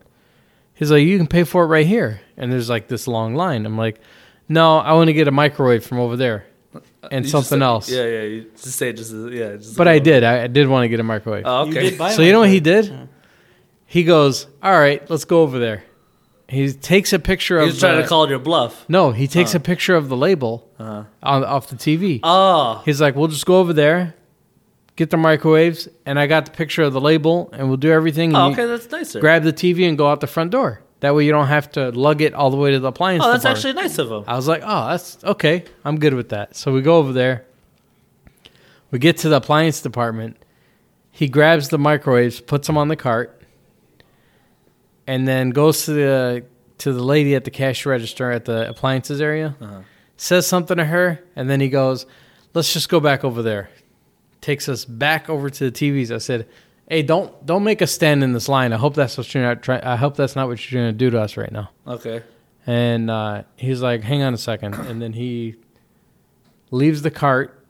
A: He's like, "You can pay for it right here," and there's like this long line. I'm like, "No, I want to get a microwave from over there and
B: Uh, You just
A: something
B: say-
A: else."
B: Yeah, yeah. You just say it just yeah. Just
A: But I did. I, I did want to get a microwave.
B: Oh,
E: You
B: okay.
E: did buy
A: so you know what he
E: one,
A: did? He goes, all right, let's go over there. He takes a picture of.
B: He's trying
A: the-
B: to call your bluff.
A: No, he
B: Uh.
A: takes a picture of the label
B: Uh-huh.
A: on, off the TV.
B: Oh,
A: He's like, we'll just go over there, get the microwaves, and I got the picture of the label, and we'll do everything. and
B: oh
A: you
B: okay, that's nicer.
A: Mm-hmm. grab the TV and go out the front door. That way you don't have to lug it all the way to the appliance.
B: oh, that's
A: department.
B: actually nice of him.
A: I was like, oh, that's okay. I'm good with that. So we go over there. We get to the appliance department. He grabs the microwaves, puts them on the cart, and then goes to the to the lady at the cash register at the appliances area. Says something to her, and then he goes, "Let's just go back over there." Takes us back over to the TVs. I said, "Hey, don't don't make us stand in this line. I hope that's what you're not trying. I hope that's not what you're going to do to us right now."
B: Okay.
A: And uh, he's like, hang on a second. And then he leaves the cart.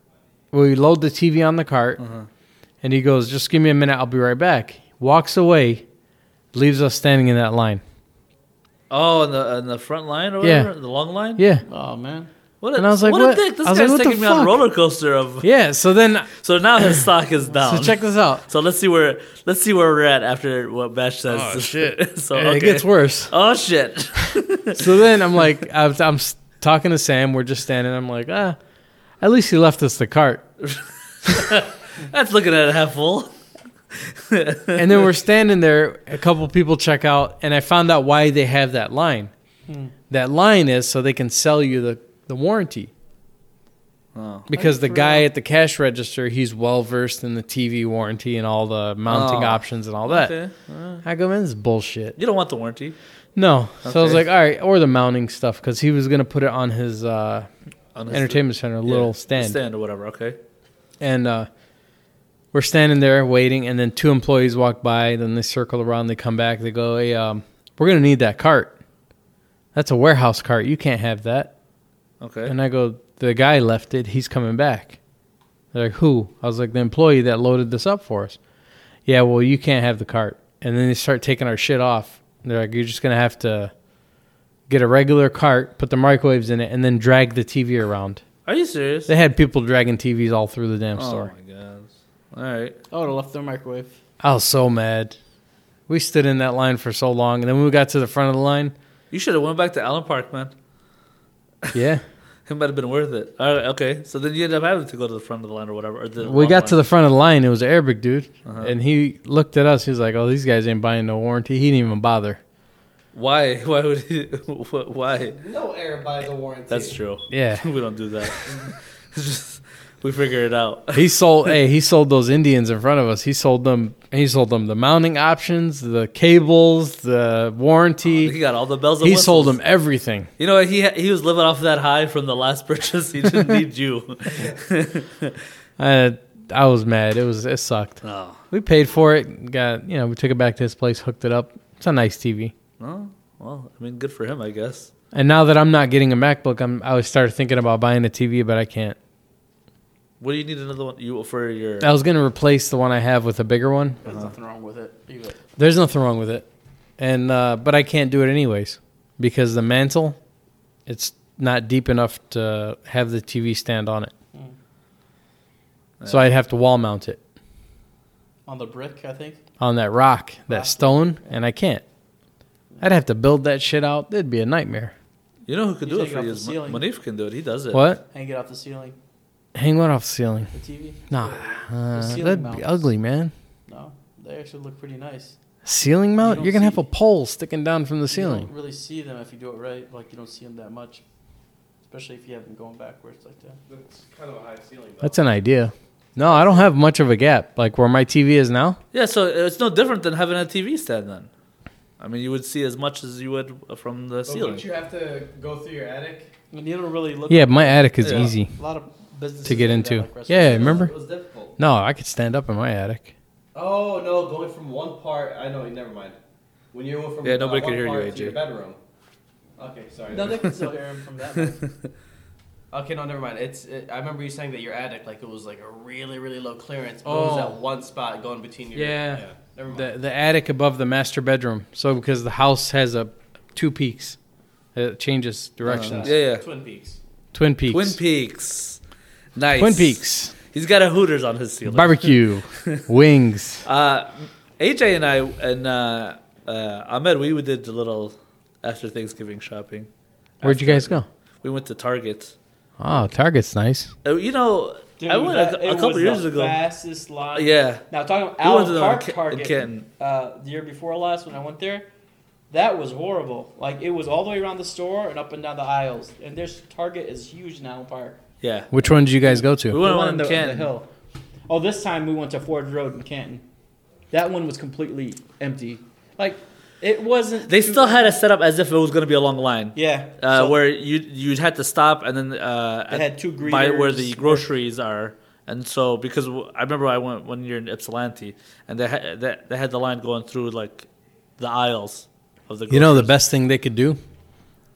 A: We load the TV on the cart. And he goes, just give me a minute. I'll be right back. Walks away, leaves us standing in that line.
B: Oh, in the in the front line or
A: Yeah.
B: whatever, the long line.
A: Yeah.
E: Oh man.
B: What a,
A: And I was like,
B: what,
A: what-
B: a dick! This
A: I was
B: guy's
A: like, what the
B: taking me on a
A: fuck?
B: roller coaster of.
A: Yeah. So then,
B: So now his stock is down.
A: so check this out.
B: So let's see where let's see where we're at after what Bash says.
A: Oh, shit.
B: so
A: And
B: okay.
A: It gets worse.
B: Oh shit!
A: So then I'm like, I'm, I'm s- talking to Sam. We're just standing. I'm like, ah, at least he left us the cart.
B: That's looking at it half full.
A: and then we're standing there. A couple people check out, and I found out why they have that line. That line is so they can sell you the the warranty. Because the guy at the cash register, he's well versed in the TV warranty and all the mounting
B: Oh.
A: options and all that.
B: Okay.
A: I go, man, this is bullshit.
B: You don't want the warranty
A: No, so I was
B: Okay.
A: like, all right, or the mounting stuff because he was gonna put it on his uh,
B: on his-
A: entertainment center
B: yeah,
A: little
B: his stand or whatever. Okay.
A: and uh, we're standing there waiting, and then two employees walk by. Then they circle around. They come back. They go, "Hey, um, we're gonna need that cart. That's a warehouse cart. You can't have that."
B: Okay.
A: And I go, "The guy left it. He's coming back." They're like, "Who?" I was like, "The employee that loaded this up for us." Yeah, well, you can't have the cart. And then they start taking our shit off. And they're like, "You're just gonna have to get a regular cart, put the microwaves in it, and then drag the TV around."
B: Are you serious?
A: They had people dragging TVs all through the damn
B: oh
A: store.
B: my god! All right.
E: I would have left the microwave.
A: I was so mad. We stood in that line for so long, and then when we got to the front of the line,
B: You should have went back to Allen Park, man.
A: yeah,
B: It might have been worth it. All right, okay. So then you end up having to go to the front of the line or whatever. Or the
A: we got
B: long
A: to
B: line. Uh-huh.
A: the front of the line. It was an Arabic dude, and he looked at us. He was like, "Oh, these guys ain't buying no warranty." He didn't even bother.
B: why? Why would he? wh- Why?
H: No air by the warranty.
B: That's true.
A: Yeah,
B: we don't do that. It's just we figure it out.
A: he sold. hey, he sold those Indians in front of us. He sold them. He sold them the mounting options, the cables, the
B: Oh, He
A: warranty.
B: got all the bells. And
A: he sold
B: whistles.
A: them everything.
B: You know what? He he was living off that high from the last purchase. He didn't need you.
A: I, I was mad. It was. It sucked.
B: Oh,
A: We paid for it. Got you know. We took it back to his place. Hooked it up. It's a nice TV.
B: no. Well, I mean, good for him, I guess.
A: And now that I'm not getting a MacBook, I'm I always start thinking about buying a TV, but I can't.
B: What do you need another one? You for your?
A: I was gonna replace the one I have with a bigger one.
E: There's
B: Uh-huh.
E: nothing wrong with it. Leave it.
A: There's nothing wrong with it, and uh, but I can't do it anyways because the mantle, it's not deep enough to have the TV stand on it. So I'd have to wall mount it
E: On the brick, I think.
A: on that rock, that stone, and I can't. I'd have to build that shit out. It'd be a nightmare.
B: you know who could
E: You
B: do it
E: take it
B: for
E: off
B: you?
E: the
B: is Ma-
E: ceiling.
B: Manif can do it. He does it.
A: What?
E: Hang it off the ceiling.
A: Hang one off the ceiling.
E: The TV.
A: Nah, uh,
E: ceiling
A: that'd
E: mount.
A: be ugly, man.
E: No, they actually look pretty nice.
A: Ceiling mount?
E: don't
A: You're gonna have
E: see-
A: a pole sticking down from the
E: You
A: ceiling.
E: don't really see them if you do it right. Like you don't see them that much, especially if you have them going backwards like that.
H: That's kind of a high ceiling. Though.
A: That's an idea. No, I don't have much of a gap. Like where my TV is now,
B: Yeah. So it's no different than having a TV stand. Then, I mean, you would see as much as you would uh, from
A: Oh,
B: the
H: But
B: ceiling.
H: Wouldn't you have to go through your attic?
E: And you don't really look.
A: yeah, my attic is
B: Yeah.
A: easy
E: A lot of businesses
A: to get
E: do that,
A: into.
E: like
A: Yeah,
E: restaurants.
A: remember?
H: It was difficult.
A: No, I could stand up in my attic.
H: Oh no, going from one part. I know. Never mind. When you went from
B: Yeah, nobody
H: uh,
B: could
H: one
B: hear you,
H: part
B: AJ.
H: To your bedroom. Okay, sorry.
E: No, they can still hear him from that. way.
H: Okay, no, never mind. It's. It, I remember you saying that your attic, like it was like a really, really low clearance, but it was
A: Oh.
H: that one spot going between your.
A: Yeah.
H: never mind.
A: The the attic above the master bedroom. So because the house has a two peaks, it changes directions.
B: yeah, yeah.
H: Twin Peaks.
A: Twin Peaks.
B: Twin Peaks. Nice.
A: Twin Peaks.
B: He's got a Hooters on his ceiling.
A: Barbecue. Wings.
B: Uh, AJ and I and uh, uh, Ahmed, we did a little after Thanksgiving shopping.
A: Where'd you guys go?
B: We went to Target.
A: Oh, Target's nice.
B: Uh, you know, I went
E: that-
B: a,
E: it
B: a couple
E: was
B: years
E: the
B: ago. Uh,
E: Fastest line.
B: Yeah,
E: Now talking about
B: We went to
E: Allen
B: the
E: Park
B: Ca- in
E: Target
B: Canton.
E: uh, the year before last when I went there, that was horrible. Like it was all the way around the store and up and down the aisles. And their Target is huge in Allen Park.
B: yeah.
A: Which one did you guys go
B: We
A: to?
B: went to
C: The
B: one
C: one
B: in
C: on the- on the
B: Canton.
C: hill.
E: Oh, this time we went to Ford Road in Canton. That one was completely empty. Like it wasn't.
B: They still had it set up as if it was going to be a long line.
E: yeah.
B: Uh,
E: so
B: where you you'd had to stop and then uh,
E: They
B: at-
E: had two
B: by where
E: greeters.
B: the groceries are, and so because w- I remember I went one year in Ypsilanti and they had they, they had the line going through like the aisles of the groceries.
A: You know, the best thing they could do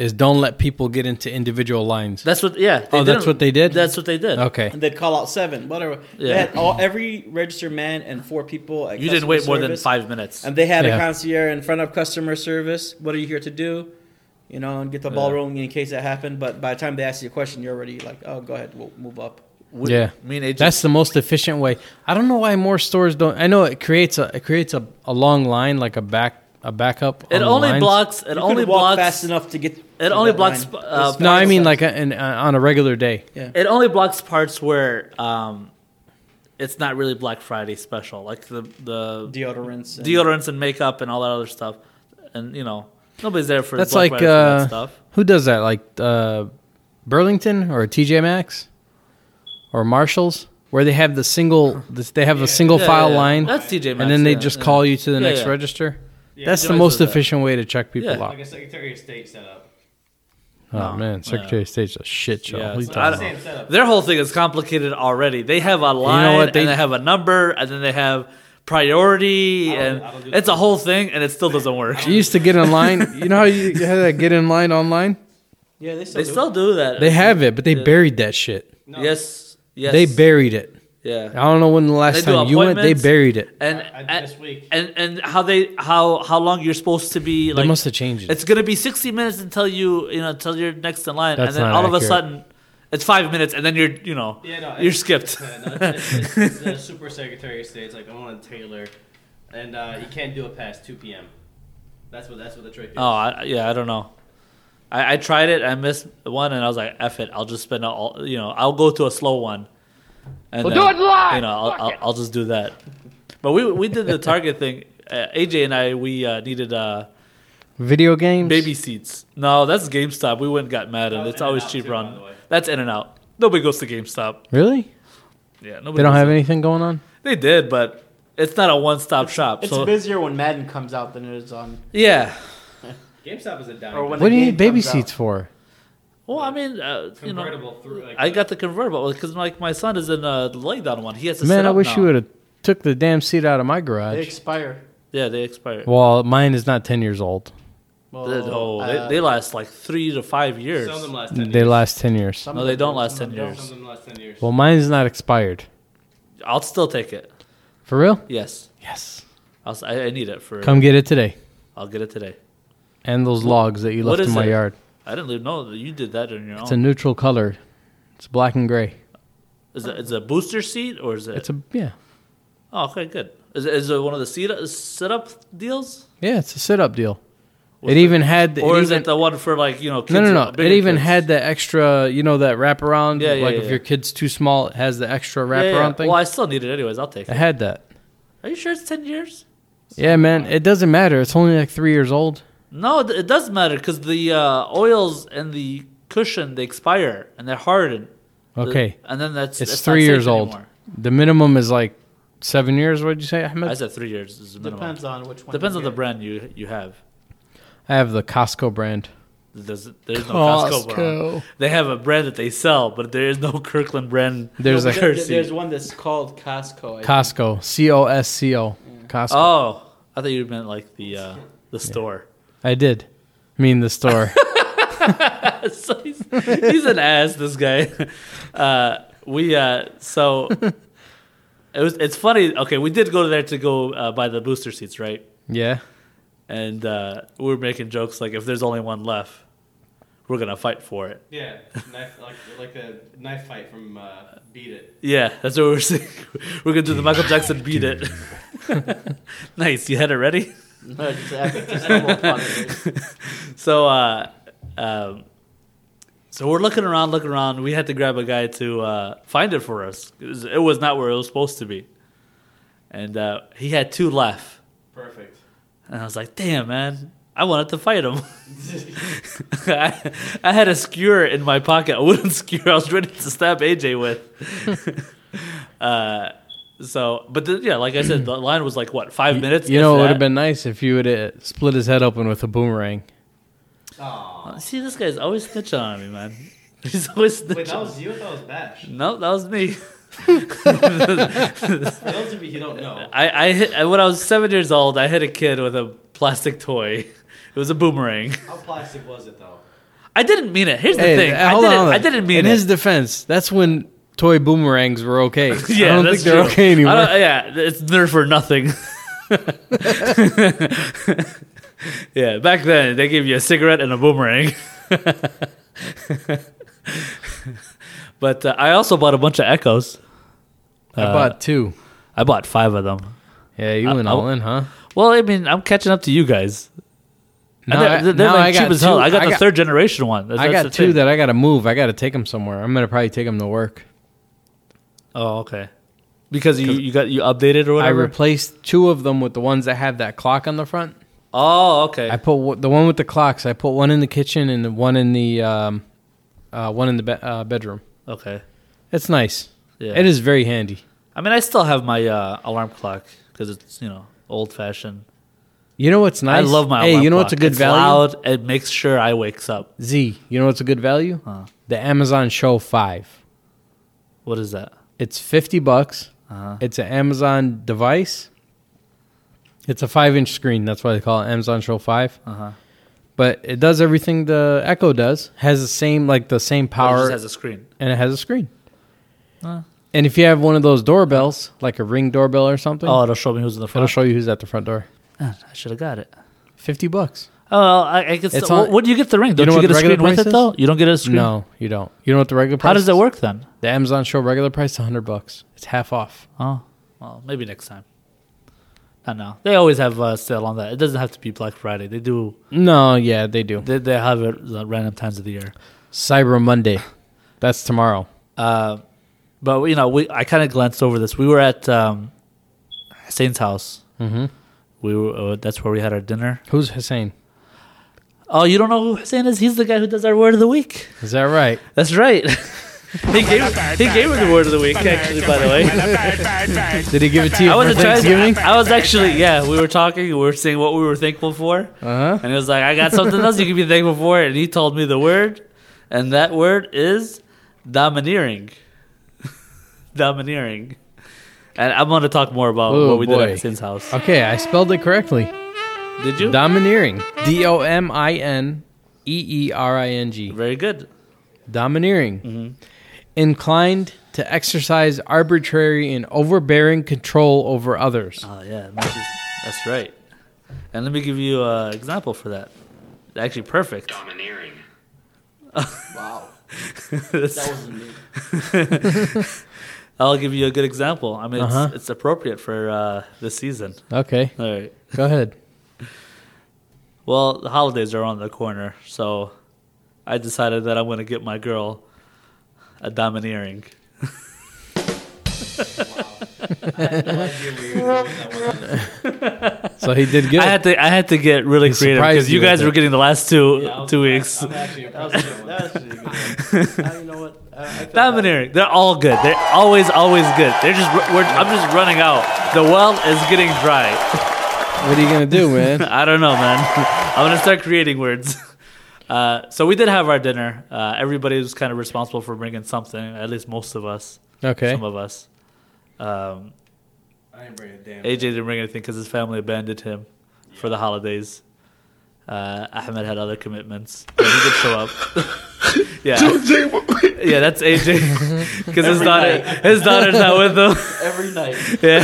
A: is don't let people get into individual lines.
B: that's what yeah they
A: Oh, that's
B: didn't-
A: what they did?
B: that's what they did
A: Okay.
E: and they'd call out seven, whatever. They
B: Yeah.
E: had all every registered man and four people. At
B: you didn't
E: customer
B: wait more than
E: service.
B: five minutes
E: And they had
A: Yeah.
E: a concierge in front of customer service. What are you here to do? You know, and get the ball
B: Yeah.
E: rolling in case that happened. But by the time they ask you a question, you're already like, oh, go ahead, we'll move up.
B: We-
A: Yeah.
B: me and AJ
A: That's the most efficient way. I don't know why more stores don't. I know it creates a it creates a, a long line like a back a backup. on
B: it
A: the
B: only
A: lines.
B: blocks it
E: You
B: only
E: couldn't walk
B: blocks
E: fast enough to get.
B: it
E: to
B: only
E: that
B: blocks
E: line.
B: uh,
A: No, I mean like a, an, uh, on a regular day.
E: Yeah.
B: It only blocks parts where um, it's not really Black Friday special, like the the
E: Deodorants. and-
B: deodorants and makeup and all that other stuff. And you know, nobody's there for
A: That's
B: Black
A: like
B: Friday for that
A: uh,
B: stuff.
A: who does that? Like uh, Burlington or TJ Maxx or Marshalls, where they have the single this- they have a single
B: Yeah,
A: file
B: yeah, yeah.
A: line,
B: That's TJ Maxx,
A: and then they
B: yeah,
A: just
B: yeah.
A: call you to the
B: Yeah,
A: next
B: yeah.
A: register. That's
B: Yeah,
A: the
B: Joyce
A: most
B: does that.
A: efficient way to check people
B: Yeah.
A: out.
H: uh, Like a Secretary of State setup.
A: Oh man, Secretary of State's a shit show.
B: Yeah,
A: What are you
B: it's- I
A: talking
B: don't-
A: about?
H: Same setup.
B: their whole thing is complicated already. They have a line,
A: what? They-
B: and they have a number, and then they have priority,
H: don't-
B: and
H: I don't do
B: it's
H: that.
B: a whole thing, and it still doesn't work.
A: You used to get in line. You know how you you had to get in line online?
E: Yeah, they still.
B: They
E: do.
B: still do that.
A: They have it, but they buried that shit.
H: No.
B: yes, yes,
A: They buried it.
B: yeah.
A: I don't know when the last
B: They do
A: time you went. They
B: appointments.
A: buried it.
B: and
H: I did
B: and-
H: this week.
B: and and how they how how long you're supposed to be like
A: they must have changed it.
B: it's gonna be 60 minutes until you you know until you're next in line
A: That's
B: and then
A: not
B: all of a
A: accurate.
B: sudden it's five minutes and then you're you know
H: Yeah, no,
B: you're
H: it's-
B: skipped
H: Yeah, no, it's, it's, it's the super secretary of state's like Owen Taylor, and uh, you can't do it past two p.m. That's what that's what the trick is.
B: oh I, yeah i don't know I, I tried it i missed one and i was like F it i'll just spend all you know i'll go to a slow one and we'll do it live you know I'll, I'll, I'll just do that but we we did the target thing uh, aj and i we uh, needed uh
A: Video games.
B: Baby seats. No, that's GameStop. We went and got mad
H: That
B: at it.
H: was
B: It's always
H: In-N-Out
B: cheaper
H: too, by the
B: on.
H: way.
B: That's In and Out. Nobody goes to GameStop.
A: Really?
B: Yeah, nobody.
A: They don't
B: goes
A: have
B: to-
A: anything going on.
B: They did, but it's not a one-stop shop.
E: It's
B: so
E: busier when Madden comes out than it is on.
B: yeah.
H: GameStop is
E: Or
H: a down.
E: when
A: What do you
E: game
A: need baby
E: comes out.
A: seats for?
B: Well, I mean, uh, you know,
H: convertible through. Like,
B: I got the convertible because like my son is in uh, a lay-down one. He has to. sit
A: Man, I
B: up
A: wish
B: now.
A: you would have took the damn seat out of my
E: They
A: garage.
E: expire.
B: Yeah, they expire.
A: Well, mine is not ten years old.
E: Well,
B: They- no,
E: uh,
B: they, they last like three to five years.
H: Some of them last ten
A: They
H: years.
A: last ten years.
E: some
B: No,
E: of
B: they
E: them
B: don't
E: do,
B: last
E: some of
B: 10
E: them don't.
B: years.
H: Some of them last ten years.
A: Well, mine is not expired.
B: I'll still take it.
A: For real?
B: Yes,
A: Yes.
B: I'll, si I need it for.
A: Come get it today.
B: I'll get it today.
A: And those logs that you
B: What
A: left
B: is
A: in my
B: it? Oh.
A: yard.
B: I didn't leave. No, you did that on your
A: It's a
B: own.
A: neutral color. It's black and gray.
B: is, it, is it a booster seat or is it?
A: It's a yeah.
B: Oh, okay, good. Is it, is it one of the seat sit up deals?
A: Yeah, it's a sit up deal.
B: What's
A: it
B: the-
A: even had the,
B: Or
A: it
B: is
A: even,
B: it the one for like you know? Kids
A: no no
B: with
A: no. It
B: bigger
A: even
B: kids?
A: had the extra, you know, that wraparound.
B: Yeah, yeah,
A: like
B: yeah,
A: if
B: yeah.
A: your kid's too small, it has the extra
B: Yeah,
A: wraparound
B: yeah, yeah.
A: thing.
B: Well, I still need it anyways. I'll take
A: it
B: it.
A: had that.
B: Are you sure it's ten years?
A: Yeah, man. It doesn't matter. It's only like three years old.
B: No, th- it does matter because the uh, oils and the cushion they expire and they're hardened.
A: Okay.
B: and then that's
A: It's,
B: that's not
A: three
B: safe
A: years old.
B: anymore.
A: The minimum is like seven years. What did you say,
B: I
A: Ahmed?
B: said three years is the minimum.
E: Depends on which one.
B: Depends
E: you
B: on the
E: get.
B: brand you you have.
A: I have the Costco brand.
B: There's, there's no Costco. brand. They have a brand that they sell, but there is no Kirkland brand.
A: There's
E: No,
A: a
E: but there- There's one that's called Costco. I think.
A: Costco. C O S C O. Costco.
B: Oh, I thought you meant like the uh, the store.
A: I did. I mean the store.
B: so he's, he's an ass. This guy. Uh, we uh, so it was. It's funny. Okay, we did go there to go uh, buy the booster seats, right?
A: yeah.
B: And uh, we were making jokes like, if there's only one left, we're gonna fight for it.
H: Yeah, knife, like like a knife fight from uh, Beat It.
B: Yeah, that's what we're saying. We're gonna do the Michael Jackson beat it. nice, you had it ready.
E: No, just epic. Just normal pun.
B: So, uh, um, so we're looking around, looking around. We had to grab a guy to uh, find it for us. It was, it was not where it was supposed to be, and uh, he had two left.
H: Perfect.
B: And I was like, "Damn, man, I wanted to fight him." I, I had a skewer in my pocket, a wooden skewer. I was ready to stab AJ with. uh, so, but the, yeah, like I said, the line was like what five minutes.
A: You
B: if
A: know, it would have
B: that?
A: been nice if you would have split his head open with a boomerang.
B: See, this guy's always snitching on me, man. He's always snitching.
H: Wait, that was you. I thought it was Bash.
B: No, that was me.
H: For those of you who don't know,
B: I, I hit I- when I was seven years old. I hit a kid with a plastic toy. It was a boomerang.
H: how plastic was it though?
B: I didn't mean it. Here's the
A: Hey,
B: thing.
A: uh,
B: I,
A: hold on,
B: didn't,
A: hold on.
B: I didn't mean
A: In
B: it.
A: his defense, that's when toy boomerangs were okay.
B: yeah,
A: I don't
B: that's
A: think they're
B: true.
A: okay anymore.
B: I don't- yeah, it's Nerf or nothing. yeah, back then they gave you a cigarette and a boomerang. but uh, I also bought a bunch of Echoes.
A: I bought two.
B: I bought five of them.
A: Uh, Yeah, you
B: I-
A: went
B: I-
A: all in, huh?
B: Well, I mean, I'm catching up to you guys.
A: No,
B: they're
A: I-
B: they're,
A: no,
B: like
A: I
B: cheap
A: got
B: as hell.
A: two-
B: I got
A: I
B: the
A: got-
B: third generation one. That's,
A: I
B: that's
A: got
B: the
A: two
B: thing.
A: that I got to move. I got to take them somewhere. I'm gonna probably take them to work.
B: Oh, okay. Because you, you got you updated or
A: I
B: whatever.
A: replaced two of them with the ones that have that clock on the front.
B: oh, okay.
A: I put w- the one with the clocks. I put one in the kitchen and one in the um, uh, one in the be- uh, bedroom.
B: okay.
A: It's nice.
B: Yeah.
A: It is very handy.
B: I mean, I still have my uh, alarm clock because it's you know old fashioned.
A: You know what's nice?
B: I love my.
A: Hey,
B: alarm
A: you know
B: clock.
A: what's a good
B: it's
A: value?
B: Loud. It makes sure I wakes up.
A: Z. You know what's a good value?
B: Huh.
A: The Amazon Show Five.
B: What is that?
A: It's fifty bucks.
B: Uh-huh.
A: It's an Amazon device. It's a five-inch screen. That's why they call it Amazon Show Five.
B: Uh-huh.
A: But it does everything the Echo does. Has the same like the same
B: Power
A: power,
B: Oh, has a screen.
A: and it has a screen.
B: Huh.
A: And if you have one of those doorbells, like a ring doorbell or something,
B: Oh, it'll show me who's in the
A: it'll
B: front.
A: show you who's at the front door.
B: Man, I should have got it.
A: Fifty bucks.
B: Oh, well, I, I guess.
A: It's
B: Well,
A: on-
B: what do you get the ring? Don't
A: know
B: you,
A: what
B: get a
A: the regular
B: screen with
A: price
B: it
A: is?
B: though? You don't get a screen.
A: No, you don't. You know what the regular price?
B: How does
A: is?
B: that work then?
A: The Amazon show regular price hundred bucks. It's half off.
B: Oh, well, maybe next time. I don't know. They always have a sale on that. It doesn't have to be Black Friday. They do.
A: No, yeah, they do.
B: They, they have it at random times of the year.
A: Cyber Monday. That's tomorrow.
B: Uh, but you know, we I kind of glanced over this. We were at um, Saint's house.
A: Mm-hmm.
B: We were, uh, that's where we had our dinner.
A: Who's Hussein?
B: Oh, you don't know who Hussein is? He's the guy who does our word of the week.
A: Is that right?
B: That's right. he gave he gave her the word of the week. Actually, by the way.
A: Did he give it to you
B: I
A: for
B: wasn't trying.
A: Thanksgiving?
B: I was actually, yeah. We were talking. We were saying what we were thankful for,
A: Uh-huh.
B: and it was like, "I got something else you can be thankful for." And he told me the word, and that word is domineering. domineering, and I'm going to talk more about
A: Oh,
B: what we
A: boy.
B: did at Sin's house.
A: Okay, I spelled it correctly.
B: Did you?
A: Domineering. D O M I N E E R I N G.
B: Very good.
A: Domineering.
B: Mm-hmm.
A: Inclined to exercise arbitrary and overbearing control over others.
B: Oh yeah, that's that's right. And let me give you an example for that. Actually, perfect.
H: Domineering.
E: Wow. That
B: That's-
E: wasn't me.
B: I'll give you a good example. I mean,
A: Uh-huh.
B: it's, it's appropriate for uh, this season.
A: Okay,
B: All right.
A: go ahead.
B: Well, the holidays are on the corner, so I decided that I'm going to get my girl a domineering.
A: So he did good.
B: I had to I had to get really
A: He
B: creative
A: surprised
B: because you
A: you with
B: guys were
A: it.
B: getting the last two
H: Yeah, I was-
B: two weeks.
H: I'm actually impressed with that one. That was actually a good. one. Uh, you know what? I, I feel bad.
B: Domineering. They're all good. They're always always good. They're just we're, I'm just running out. The well is getting dry.
A: what are you gonna do, man?
B: I don't know, man. I'm gonna start creating words. Uh, so we did have our dinner. Uh, everybody was kind of responsible for bringing something. At least most of us,
A: Okay.
B: some of us. Um,
H: I ain't bringing a damn.
B: AJ didn't bring anything because his family abandoned him for the holidays. Uh, Ahmed had other commitments. But he did show up. yeah, yeah, that's AJ because his
E: Every
B: daughter,
E: night.
B: his daughter's not with him.
E: Every night.
B: Yeah.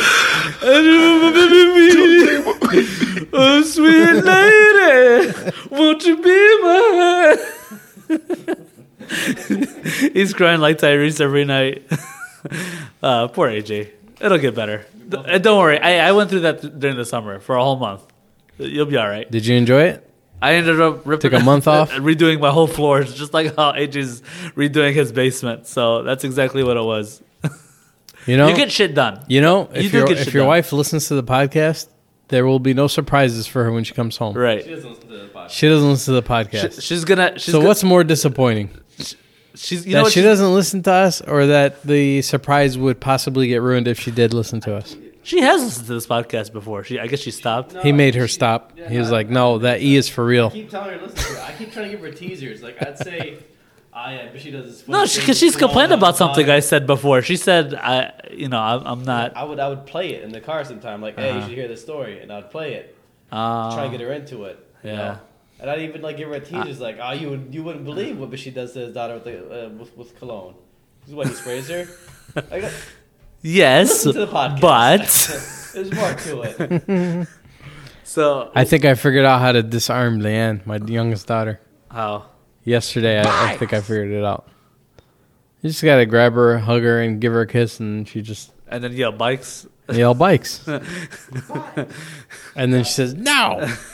B: oh, sweet lady, won't you be mine? He's crying like Tyrese every night. uh, poor AJ. It'll get better. D- uh, don't worry. I, I went through that th- during the summer for a whole month. Uh, You'll be all right.
A: Did you enjoy it?
B: I ended up ripping
A: Took a month off?
B: redoing my whole floors, just like how AJ's redoing his basement. So that's exactly what it was.
A: You know,
B: you get shit done.
A: You know,
B: You
A: if
B: do
A: your
B: get shit
A: if your
B: done.
A: wife listens to the podcast, there will be no surprises for her when she comes home.
H: She
B: Right.
H: doesn't listen to the podcast.
A: She doesn't listen to the
B: She-
A: podcast.
B: she's gonna. She's
A: so
B: gonna,
A: what's more disappointing?
B: she's? You know
A: that
B: what
A: she
B: she's-
A: doesn't listen to us or that the surprise would possibly get ruined if she did listen to us.
B: She has listened to this podcast before. She, I guess, she stopped.
A: He made her stop. He was like, "No, that E is for real."
H: keep telling her to listen to her. I keep trying to give her teasers. Like I'd say, "Ah, I am, but she does this.
B: No,
H: funny thing
B: because she's
H: with the
B: complained
H: walnut
B: about something
H: pie.
B: I said before. She said, "I, you know, I'm, I'm not."
H: I would I would play it in the car sometime. Like, hey, you
B: Uh-huh.
H: should hear this story, and I'd play it,
B: Uh,
H: try to get her into it. you
B: yeah.
H: know? And I'd even like give her a
B: Ah.
H: teaser, like, oh, you would you wouldn't believe what she does to his daughter with the, uh, with, with cologne. This is what he sprays her. Like,
B: Yes,
H: listen to the podcast.
B: but
H: there's more to it.
B: so
A: I think I figured out how to disarm Leanne, my youngest daughter.
B: how?
A: Yesterday, I, I think I figured it out. You just gotta grab her, hug her, and give her a kiss, and she just
B: And then yeah, bikes.
A: yell bikes. and then she says, "No."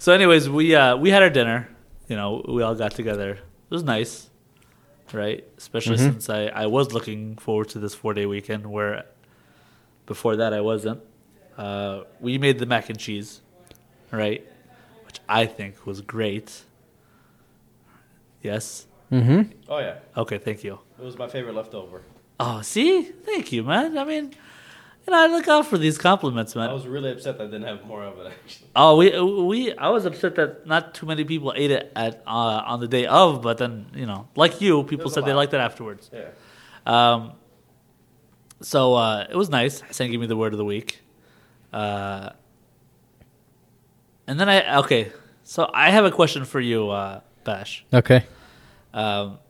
B: So, anyways, we uh, we had our dinner. You know, we all got together. It was nice, right? Especially since I, I was looking forward to this four day weekend where before that I wasn't. Uh, we made the mac and cheese, right? Which I think was great. Yes.
A: Mm-hmm.
H: Oh yeah,
B: Okay. Thank you.
H: it was my favorite leftover.
B: Oh, see, thank you, man. I mean, you know, I look out for these compliments,
H: I
B: man.
H: was really upset that I didn't have more of it. Actually,
B: Oh, we we I was upset that not too many people ate it at uh, on the day of, but then you know, like you, people
H: was a
B: said they
H: lot.
B: liked it afterwards.
H: yeah.
B: Um, so uh, it was nice. Hassan gave me the word of the week. Uh, and then I okay, so I have a question for you, uh, Bash.
A: Okay.
B: Um,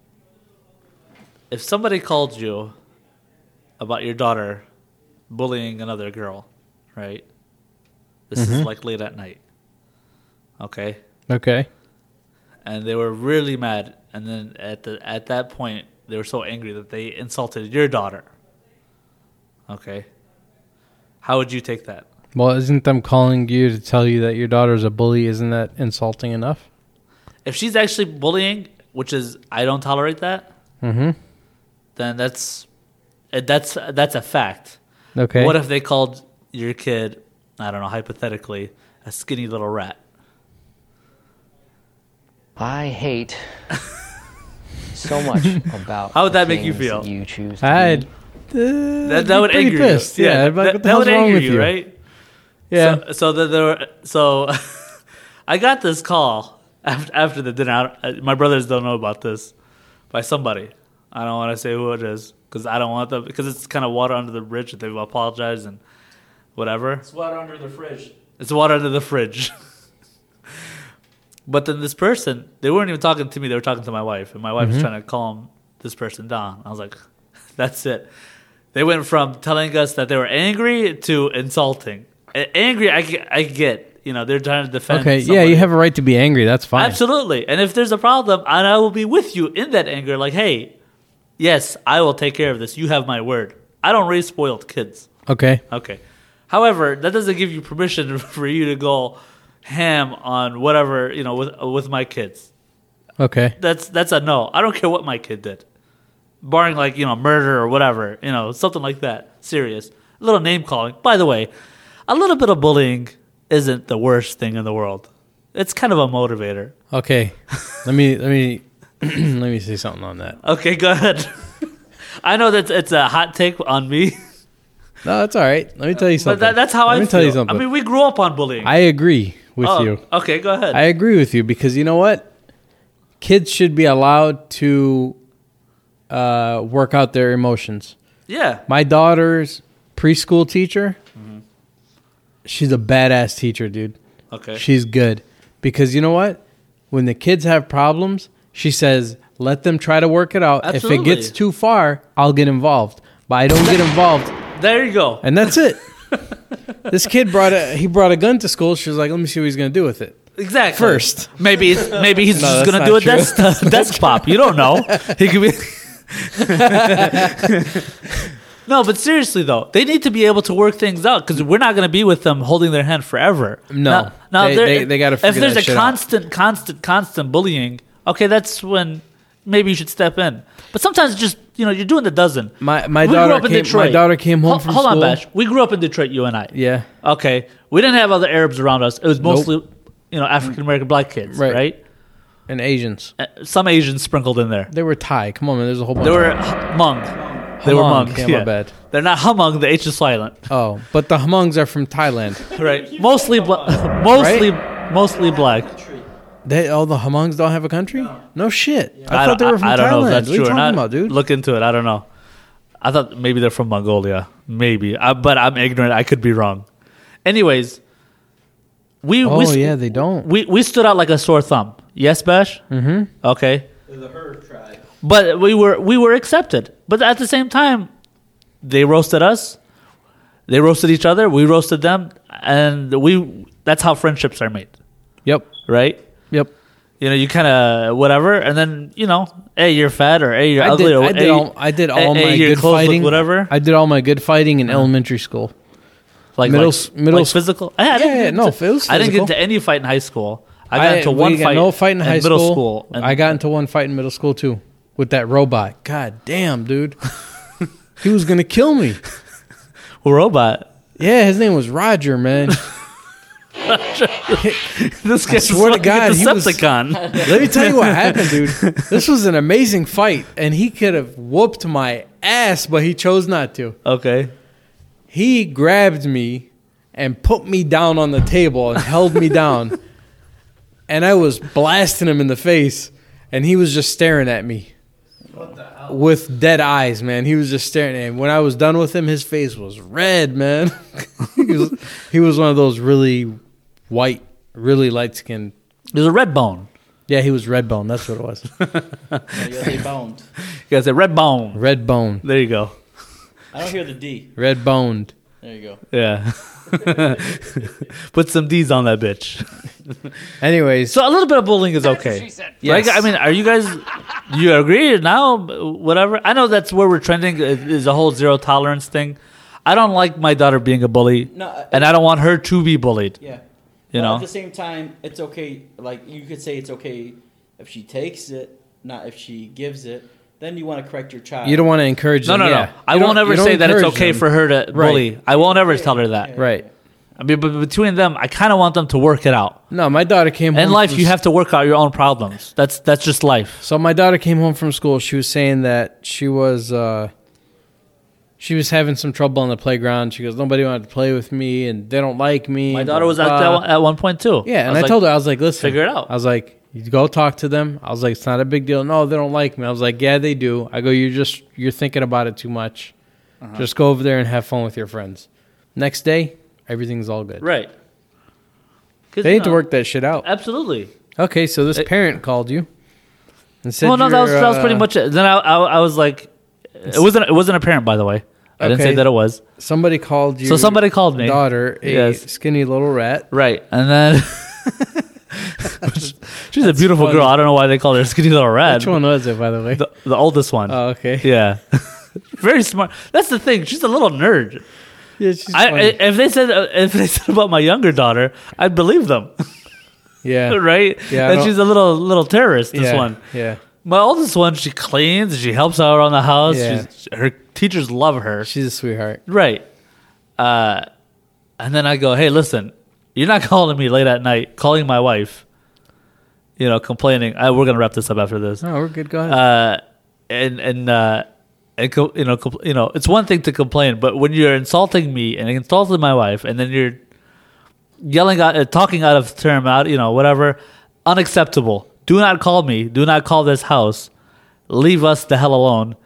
B: if somebody called you about your daughter bullying another girl, right? This is like late at night. Okay?
A: Okay.
B: And they were really mad and then at the at that point they were so angry that they insulted your daughter. Okay? How would you take that?
A: Well, isn't them calling you to tell you that your daughter's a bully? Isn't that insulting enough?
B: If she's actually bullying, which is I don't tolerate that,
A: Mm-hmm.
B: then that's that's that's a fact.
A: Okay.
B: What if they called your kid, I don't know, hypothetically, a skinny little rat?
I: I hate so much about
B: How would that
I: the
B: make you
I: things
B: feel?
I: that You choose to
A: I
I: be.
B: That, that would anger
A: Uh, pissed.
B: you.
A: Yeah, I'd be like,
B: that,
A: what the hell's
B: that would
A: wrong
B: anger
A: with
B: you,
A: you?
B: right?
A: Yeah.
B: So, so that there were, so I got this call after, after the dinner. I don't- uh, My brothers don't know about this by somebody. I don't want to say who it is because I don't want them because it's kind of water under the bridge that they've apologized and whatever.
H: It's water under the fridge.
B: It's water under the fridge. but then this person, they weren't even talking to me. They were talking to my wife, and my wife
A: Mm-hmm.
B: was trying to calm this person down. I was like, "That's it." They went from telling us that they were angry to insulting. A- Angry, I, ge- I get. You know, they're trying to defend.
A: okay. Yeah,
B: somebody.
A: you have a right to be angry. That's fine.
B: Absolutely. And if there's a problem, and I will be with you in that anger, like, hey, yes, I will take care of this. You have my word. I don't raise spoiled kids.
A: Okay.
B: Okay. However, that doesn't give you permission for you to go ham on whatever you know with with my kids.
A: Okay.
B: That's that's a no. I don't care what my kid did, barring like you know murder or whatever, you know something like that. Serious, a little name calling. By the way, a little bit of bullying isn't the worst thing in the world. It's kind of a motivator.
A: Okay. let me let me let me say something on that.
B: Okay, go ahead. I know that it's a hot take on me,
A: No, that's all right. Let me tell you
B: but
A: something.
B: that, that's how
A: let
B: I
A: me
B: feel.
A: tell you something.
B: I mean, we grew up on bullying.
A: I agree with
B: Oh,
A: you.
B: Okay, go ahead.
A: I agree with you because you know what? Kids should be allowed to uh, work out their emotions.
B: yeah.
A: My daughter's preschool teacher,
B: Mm-hmm.
A: she's a badass teacher, dude.
B: Okay.
A: She's good. Because you know what? When the kids have problems, she says, let them try to work it out. If
B: Absolutely.
A: it gets too far, I'll get involved. But I don't get involved.
B: There you go.
A: And that's it. this kid brought a he brought a gun to school. She was like, let me see what he's gonna do with it.
B: Exactly.
A: First.
B: maybe it's, maybe he's
A: No,
B: just
A: that's
B: gonna
A: not
B: do a
A: true.
B: desk, desktop. You don't know. He could be. no, but seriously though, they need to be able to work things out because we're not gonna be with them holding their hand forever.
A: No.
B: now
A: They-
B: there-
A: they- they gotta
B: If
A: figure
B: there's
A: that
B: a
A: shit out.
B: constant, constant, constant bullying, okay, that's when maybe you should step in. But sometimes just you know you're doing the dozen.
A: My my
B: We grew
A: daughter
B: up in
A: came. My
B: Detroit.
A: daughter came home
B: Hol-
A: from
B: hold
A: school.
B: on, Bash. We grew up in Detroit, you and I.
A: Yeah,
B: Okay. We didn't have other Arabs around us. It was
A: Nope.
B: mostly, you know, African American black kids,
A: Right.
B: right?
A: and Asians.
B: Uh, Some Asians sprinkled in there.
A: They were Thai. Come on, man. There's a whole bunch.
B: They were
A: of
B: Hmong. They were
A: Hmong,
B: Hmong.
A: yeah,
B: Yeah,
A: my bad.
B: They're not Hmong. The H is silent.
A: oh, but the Hmongs are from Thailand.
B: Right. mostly, bla- mostly, mostly black.
A: They all the Hmongs don't have a country? No, shit. I,
B: don't-
A: thought they were from
B: I don't
A: Thailand.
B: know if that's
A: what are
B: true
A: you talking
B: or not.
A: about, dude?
B: Look into it. I don't know. I thought maybe they're from Mongolia. Maybe, I, but I'm ignorant. I could be wrong. Anyways, we
A: oh
B: we s-
A: yeah, they don't.
B: we we stood out like a sore thumb. Yes, Bash. Mm-hmm. Okay.
H: The herd tribe.
B: but we were we were accepted. But at the same time, they roasted us. They roasted each other. We roasted them, and we. That's how friendships are made,
A: Yep.
B: right?
A: Yep.
B: You know, you kind of whatever, and then you know, hey, you're fat, or hey, you're
A: I
B: ugly,
A: did,
B: or
A: I did
B: hey,
A: all I did all
B: hey,
A: my
B: hey, your
A: good
B: clothes look
A: fighting.
B: whatever. Uh-huh.
A: I did all my good fighting in elementary school.
B: like
A: middle
B: like,
A: s- middle
B: like
A: s-
B: physical. I, I
A: Yeah,
B: didn't
A: yeah,
B: get
A: no,
B: into-
A: it was
B: I didn't get
A: physical.
B: into any fight in high school. I got into
A: we
B: one
A: got
B: fight.
A: No fight in high
B: middle
A: school.
B: school. and-
A: I got into one fight in middle school too with that robot. God damn, dude. he was gonna kill me.
B: robot.
A: Yeah, his name was Roger, man.
B: This guy
A: swear to
B: like a
A: God, he was-
B: Decepticon.
A: Let me tell you what happened, dude. This was an amazing fight, and he could have whooped my ass, but he chose not to.
B: okay.
A: he grabbed me and put me down on the table and held me down. And I was blasting him in the face, and he was just staring at me with dead eyes, man. He was just staring at me. When I was done with him, his face was red, man. he, was, he was one of those really white, really light skinned.
B: There's a red bone.
A: Yeah, he was red bone. That's what it was.
E: You gotta say boned.
B: You guys said red bone.
A: Red bone.
B: There you go.
E: I don't hear the D.
A: Red boned.
E: There you go.
B: Yeah. Put some D's on that bitch.
A: Anyways,
B: So a little bit of bullying is okay.
A: Yes.
B: Like I mean, are you guys? do You agree now? Whatever. I know that's where we're trending is is the whole zero tolerance thing. I don't like my daughter being a bully,
E: No, I-
B: and I don't want her to be bullied.
E: Yeah.
B: You
E: But
B: know?
E: At the same time, it's okay. Like you could say it's okay if she takes it, not if she gives it. Then you want to correct your child.
A: you don't want to encourage
B: No,
A: them.
B: no,
A: yeah.
B: no. I
A: You
B: won't
A: don't-
B: ever
A: you don't
B: say that it's
A: encourage
B: okay
A: them.
B: for her to
A: Right.
B: bully. I won't ever tell her that.
A: Right.
B: I mean, but between them, I kind of want them to work it out.
A: No, my daughter came
B: In
A: home
B: life,
A: from
B: you have to work out your own problems. That's that's just life.
A: So my daughter came home from school. She was saying that she was uh, she was having some trouble on the playground. She goes, nobody wanted to play with me, and they don't like me.
B: My
A: and
B: daughter
A: blah,
B: was
A: blah,
B: at, that
A: blah.
B: one, at one point too.
A: Uh, Yeah, and I,
B: was like,
A: told her I was like, listen,
B: "Figure it out."
A: I was like, you go talk to them. I was like, it's not a big deal. No, they don't like me. I was like, yeah, they do. I go, you're just you're thinking about it too much.
B: Uh-huh.
A: Just go over there and have fun with your friends. Next day, everything's all good.
B: right. 'Cause,
A: They
B: you
A: need to
B: know,
A: work that shit out.
B: Absolutely.
A: Okay, so this
B: It-
A: parent called you and said,
B: well, no, that was
A: you're,
B: that was pretty
A: uh,
B: much it. Then I, I I was like, it wasn't it wasn't apparent by the way. I didn't say
A: Okay.
B: that it was.
A: uh, somebody called you.
B: So somebody called me.
A: daughter a
B: Yes.
A: skinny little rat.
B: Right, and then. She's a beautiful
A: funny.
B: girl. I don't know why they call her skinny little rat.
A: Which one was it, by the way?
B: The, the oldest one.
A: oh, okay.
B: Yeah. Very smart. That's the thing. She's a little nerd.
A: Yeah, she's
B: I, I,
A: funny.
B: if they said if they said about my younger daughter, I'd believe them,
A: yeah.
B: right?
A: Yeah, I
B: that
A: don't-
B: she's a little little terrorist. This
A: yeah.
B: one,
A: Yeah.
B: my oldest one, she cleans, she helps out around the house.
A: Yeah.
B: She's, her teachers love her,
A: She's a sweetheart.
B: right? Uh, and then I go, hey, listen, you're not calling me late at night, calling my wife, you know, complaining. I, we're gonna wrap this up after this.
A: No, Oh, we're good. Go ahead.
B: Uh, and and uh, and co- you know, compl- you know, it's one thing to complain, but when you're insulting me and insulting my wife, and then you're yelling out, uh, talking out of term, out, you know, whatever, unacceptable. Do not call me. Do not call this house. Leave us the hell alone.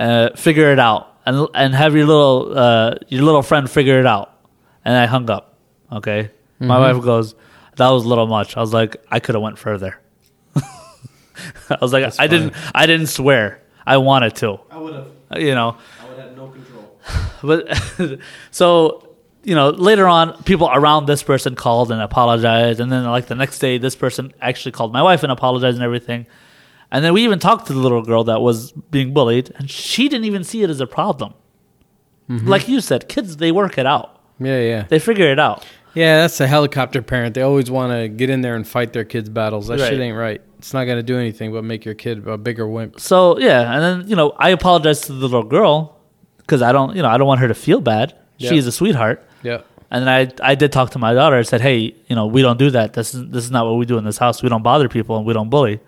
B: Uh, figure it out, and and have your little uh, your little friend figure it out. And I hung up. Okay, my wife goes, "That was a little much." I was like, "I could have went further." I was like, "I didn't. I didn't swear. I wanted to."
H: I would have.
B: You know,
H: I would have no control.
B: but so you know, later on, people around this person called and apologized, and then like the next day, this person actually called my wife and apologized and everything. And then we even talked to the little girl that was being bullied, and she didn't even see it as a problem. Like you said, kids they work it out,
A: Yeah, yeah.
B: they figure it out.
A: Yeah, that's a helicopter parent. They always want to get in there and fight their kids' battles. That
B: Right.
A: shit ain't right. It's not going to do anything but make your kid a bigger wimp.
B: So yeah, and then you know, I apologized to the little girl because I don't, you know, I don't want her to feel bad.
A: Yeah.
B: She's a sweetheart.
A: Yeah.
B: And then I, I did talk to my daughter. I said, hey, you know, we don't do that. This is, this is not what we do in this house. We don't bother people and we don't bully.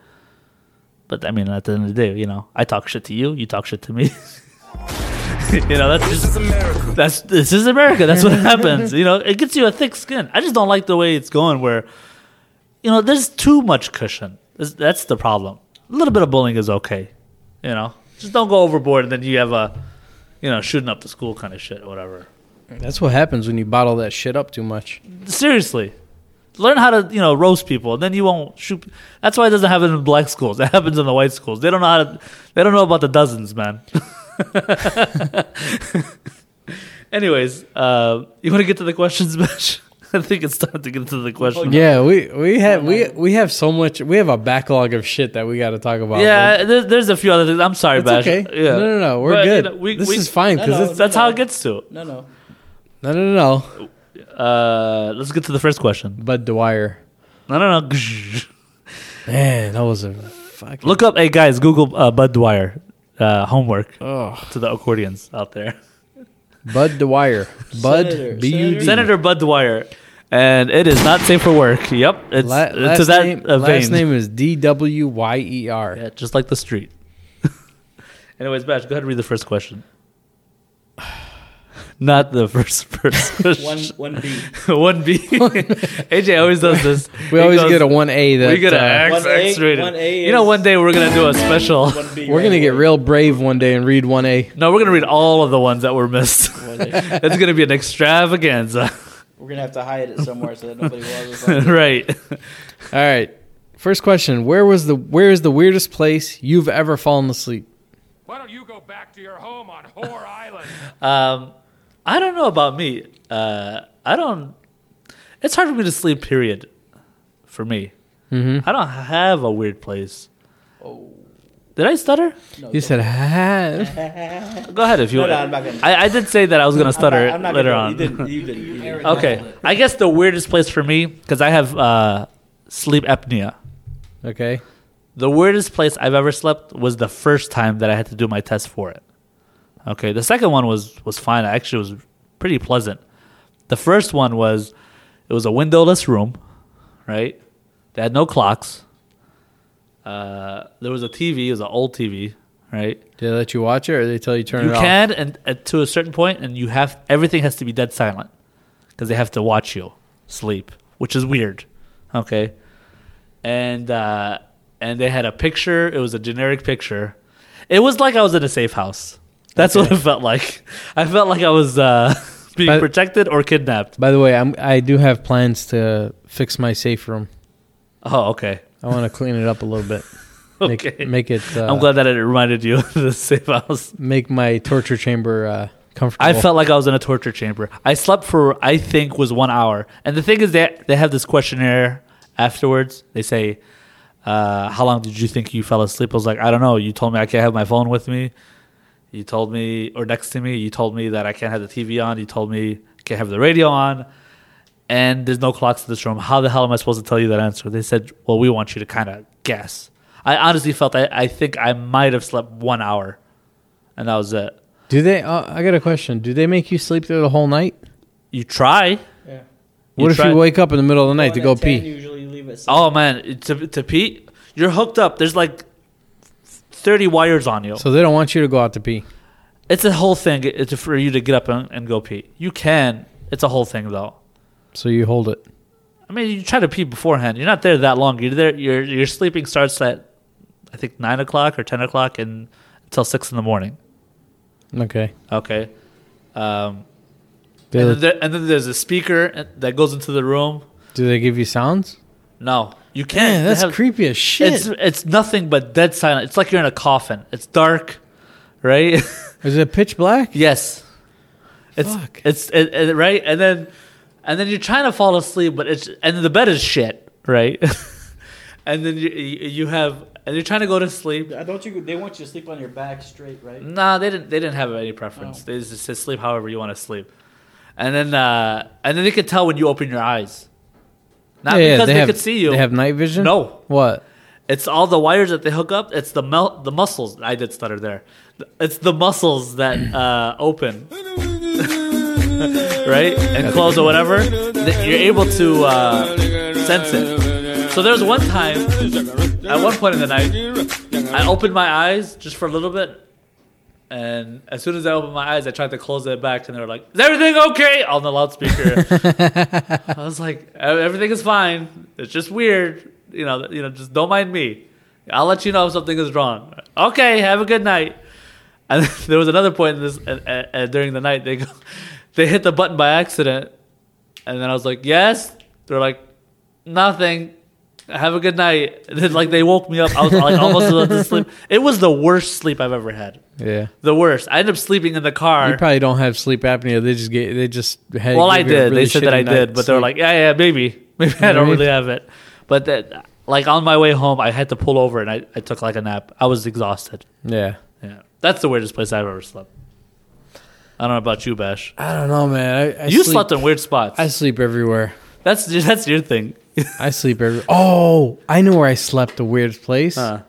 B: But I mean, at the end of the day, you know, I talk shit to you. You talk shit to me. you know, that's just
D: America.
B: that's this is America. That's what happens. You know, it gets you a thick skin. I just don't like the way it's going. Where, you know, there's too much cushion. That's- That's the problem. A little bit of bullying is okay. You know, just don't go overboard, and then you have a, you know, shooting up the school kind of shit or whatever.
A: That's what happens when you bottle that shit up too much.
B: Seriously, learn how to you know roast people, and then you won't shoot. That's why it doesn't happen in black schools. It happens in the white schools. They don't know how to. They don't know about the dozens, man. Anyways, uh, you want to get to the questions, Mesh? I think it's time to get to the questions.
A: Yeah, we we have we we have so much. We have a backlog of shit that we got to talk about.
B: Yeah, there, there's a few other things. I'm sorry,
A: It's
B: Bash.
A: okay.
B: Yeah.
A: No, no, no, we're
B: But,
A: good.
B: you know, we-
A: This
B: we-
A: is fine, 'cause
E: No, no.
A: it's-
B: That's how it gets to. it.
E: No, no.
A: no, no, no, no.
B: Uh, let's get to the first question.
A: Bud Dwyer,
B: No, no, no.
A: man, that was a fucking
B: Look up, hey guys, Google uh, Bud Dwyer. Uh, homework
A: Ugh.
B: to the accordions out there.
A: Bud Dwyer,
E: Senator,
A: Bud B U D.
B: Senator Bud Dwyer, and it is not safe for work. Yep, it's
A: La-
B: it's
A: last,
B: to that
A: name,
B: uh, vein.
A: last name is D W Y E R.
B: Yeah, just like the street. Anyways, Bash, go ahead and read the first question. Not the first person.
E: One, one B.
B: One B. AJ always does this.
A: We always get a one A. That
B: We get
A: uh,
B: a X,
E: One A-
B: X rated.
E: one A
B: you know,
E: is-
B: one day we're gonna do a special.
E: One B.
A: we're gonna get real brave one day and read one A.
B: No, we're gonna read all of the ones that were missed.
E: A.
B: It's gonna be an extravaganza,
E: We're gonna have to hide it somewhere so that nobody watches. us.
B: right?
A: All right. First question: Where was the where is the weirdest place you've ever fallen asleep?
J: Why don't you go back to your home on Whore Island?
B: Um, I don't know about me. Uh, I don't. It's hard for me to sleep. Period. For me, I don't have a weird place. Did I stutter?
A: You said, "Ha."
B: Go ahead if you
E: No,
B: want.
E: no, I'm not gonna-
B: I, I did say that I was going to stutter
E: I'm not
B: later
E: gonna-
B: on.
E: You didn't. You didn't. You didn't.
B: Okay, I guess the weirdest place for me because I have uh, sleep apnea.
A: okay.
B: The weirdest place I've ever slept was the first time that I had to do my test for it. Okay, the second one was was fine. I actually was pretty pleasant. The first one was it was a windowless room, right? They had no clocks. Uh, there was a TV. It was an old TV, right?
A: Did they let you watch it, or they tell you turn
B: you
A: it off?
B: can and and to a certain point, and you have everything has to be dead silent because they have to watch you sleep, which is weird. Okay, and uh, and they had a picture. It was a generic picture. It was like I was in a safe house. That's what it felt like. I felt like I was uh, being
A: But-
B: protected or kidnapped.
A: By the way, I'm I do have plans to fix my safe room.
B: Oh, okay.
A: I want to clean it up a little bit. Make,
B: Okay.
A: make it. Uh,
B: I'm glad that it reminded you of the safe house.
A: Make my torture chamber uh, comfortable.
B: I felt like I was in a torture chamber. I slept for I think was one hour. And the thing is that they have this questionnaire afterwards. They say, uh, "How long did you think you fell asleep?" I was like, "I don't know." You told me I can't have my phone with me. You told me or next to me. You told me that I can't have the TV on. You told me I can't have the radio on. And there's no clocks in this room. How the hell am I supposed to tell you that answer? They said, "Well, we want you to kind of guess." I honestly felt I, I think I might have slept one hour, and that was it.
A: Do they? Uh, I got a question. Do they make you sleep through the whole night?
B: You try.
E: Yeah.
A: What if
B: try-
A: you wake up in the middle of the night to
E: One
A: go
E: at 10,
A: pee?
E: Usually you leave at six.
B: Oh man, to to Pete, you're hooked up. There's like thirty wires on you.
A: So they don't want you to go out to pee.
B: it's a whole thing. It's for you to get up and, and go pee. You can. It's a whole thing though.
A: So you hold it.
B: I mean, you try to pee beforehand. You're not there that long. You're there. Your your sleeping starts at I think nine o'clock or ten o'clock and until six in the morning.
A: Okay.
B: Okay. Um,
A: Do
B: and,
A: they,
B: then there, and then there's a speaker uh, that goes into the room.
A: do they give you sounds?
B: No, you can't.
A: Yeah,
B: They
A: that's
B: have-
A: creepy as shit.
B: It's it's nothing but dead silent. It's like you're in a coffin. It's dark, right?
A: Is it pitch black?
B: Yes. It's
A: Fuck.
B: it's it, it- right, and then and then you're trying to fall asleep, but it's and the bed is shit, right? and then you you you have and you're trying to go to sleep.
E: Don't you? They want you to sleep on your back straight, right?
B: Nah, they didn't. They didn't have any preference. They just said sleep however you want to sleep, and then uh, and then they could tell when you open your eyes. Not
A: Yeah, yeah,
B: because they,
A: have-
B: could see you.
A: They have night vision.
B: No.
A: What?
B: It's all the wires that they hook up. It's the mel- the muscles. I did stutter there. It's the muscles that uh, open, right, and close or whatever. That you're able to uh, sense it. So there was one time, at one point in the night, I opened my eyes just for a little bit, and as soon as I opened my eyes, I tried to close it back, and they were like, "Is everything okay?" on the loudspeaker. I was like, "E- "Everything is fine. It's just weird. You know, you know, just don't mind me. I'll let you know if something is wrong." Okay, have a good night. And there was another point in this uh, uh, uh, during the night. They go, they hit the button by accident, and then I was like, "Yes." They're like, "Nothing." Have a good night. And then, like they woke me up. I was like almost about to sleep. It was the worst sleep I've ever had.
A: Yeah.
B: The worst. I ended up sleeping in the car.
A: You probably don't have sleep apnea. They just get. They just. Had,
B: well,
A: give
B: I
A: you a
B: did.
A: really
B: they said that
A: shitty
B: I did,
A: night's
B: but they were
A: sleep.
B: like, yeah, yeah, maybe, maybe I don't
A: Right.
B: really have it. But that, like, on my way home, I had to pull over and I, I took like a nap. I was exhausted.
A: yeah.
B: Yeah, that's the weirdest place I've ever slept. I don't know about you, Bash.
A: I don't know, man. I, I
B: you
A: sleep,
B: slept in weird spots.
A: I sleep everywhere.
B: that's that's your thing.
A: I sleep every. Oh, I know where I slept. The weirdest place.
B: Huh.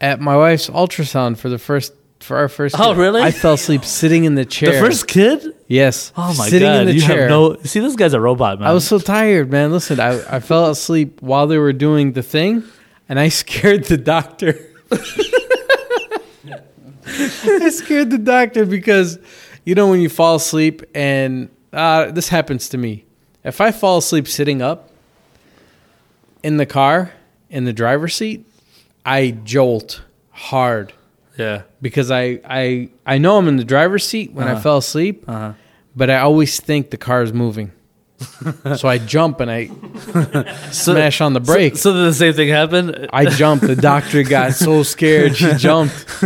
A: At my wife's ultrasound for the first for our first.
B: Oh,
A: kid.
B: really?
A: I fell asleep sitting in the
B: The
A: chair.
B: first kid.
A: Yes.
B: Oh my
A: sitting
B: god!
A: in the
B: you
A: chair.
B: have no. See, this guy's a robot, man.
A: I was so tired, man. Listen, I, I fell asleep while they were doing the thing, and I scared the doctor. I scared the doctor because, you know, when you fall asleep, and uh, this happens to me. If I fall asleep sitting up in the car, in the driver's seat, I jolt hard
B: yeah.
A: because I, I, I know I'm in the driver's seat when
B: Uh-huh.
A: I fell asleep, but I always think the car is moving. so I jump and I smash on the brake.
B: So, so the same thing happened.
A: I jumped. The doctor got so scared she jumped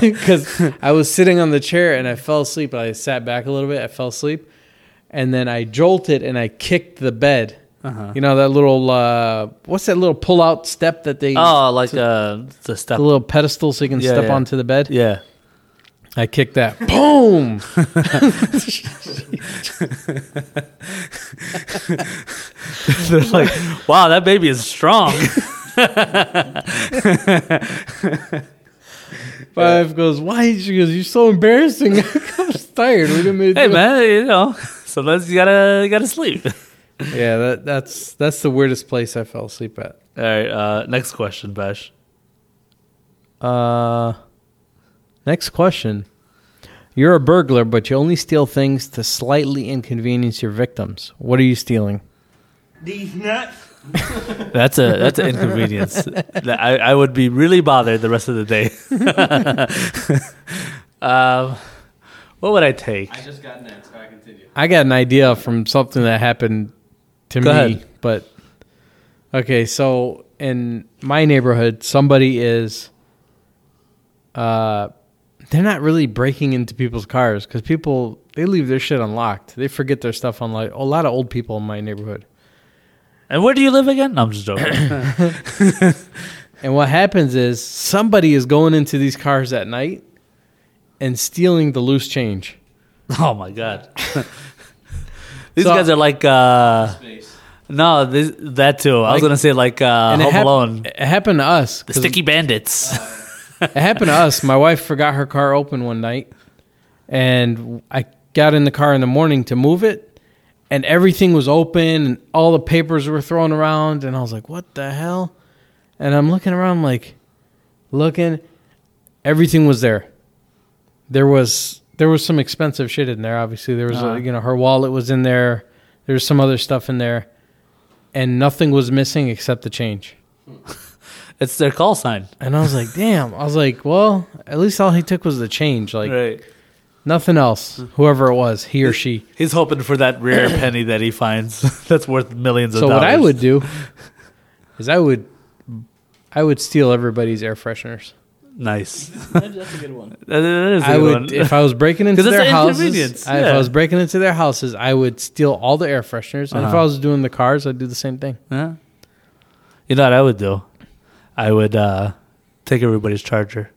A: because I was sitting on the chair and I fell asleep. I sat back a little bit. I fell asleep, and then I jolted and I kicked the bed.
B: Uh-huh.
A: You know that little uh, what's that little pull-out step that they
B: oh, like uh, the stuff.
A: the little pedestal so you can
B: Yeah,
A: step
B: yeah.
A: onto the bed.
B: Yeah.
A: I kicked that. Boom!
B: They're like, wow, that baby is strong.
A: Five goes. Why? She goes. You're so embarrassing. I was tired. We didn't make it
B: hey
A: do it."
B: man, you know, sometimes you gotta you gotta sleep.
A: Yeah, that, that's that's the weirdest place I fell asleep at.
B: All right, uh, next question, Bash.
A: Uh, next question. You're a burglar, but you only steal things to slightly inconvenience your victims. What are you stealing?
H: These nuts.
B: That's a that's an inconvenience. That- I I would be really bothered the rest of the day. um, what would I take?
H: I just got next. All right, continue.
A: I got an idea from something that happened to
B: Go
A: me,
B: ahead.
A: but okay. So in my neighborhood, somebody is. Uh, they're not really breaking into people's cars because people they leave their shit unlocked. They forget their stuff unlocked. A lot of old people in my neighborhood.
B: And where do you live again? No, I'm just joking.
A: And what happens is somebody is going into these cars at night and stealing the loose change.
B: oh my god, these
A: So-
B: guys are like uh,
H: Space.
B: no, this, that too. I
A: Like-
B: was gonna say like uh,
A: And
B: Home
A: it hap-
B: Alone,
A: It happened to us.
B: the
A: 'cause
B: Sticky Bandits.
A: It happened to us. My wife forgot her car open one night, and I got in the car in the morning to move it, and everything was open, and all the papers were thrown around, and I was like, "What the hell?" And I'm looking around, like, looking, everything was there. There was there was some expensive shit in there. Obviously, there was a, you know her wallet was in there. There was some other stuff in there, and nothing was missing except the change.
B: it's their call sign,
A: And I was like, damn. I was like, well, at least all he took was the change. Like,
B: right?
A: nothing else. Whoever it was, he or she.
B: He's hoping for that rare penny that he finds that's worth millions of
A: So
B: dollars.
A: what I would do is I would I would steal everybody's air fresheners.
B: Nice.
E: That's a good one.
B: That- that is a
A: I
B: good
A: would
B: one.
A: if I was breaking into
B: 'Cause it's
A: their
B: an
A: houses.
B: inconvenience,
A: I, If
B: yeah.
A: I was breaking into their houses, I would steal all the air fresheners, and if
B: Uh-huh.
A: I was doing the cars, I'd do the same thing.
B: Yeah. You know what I would do? I would uh, take everybody's charger.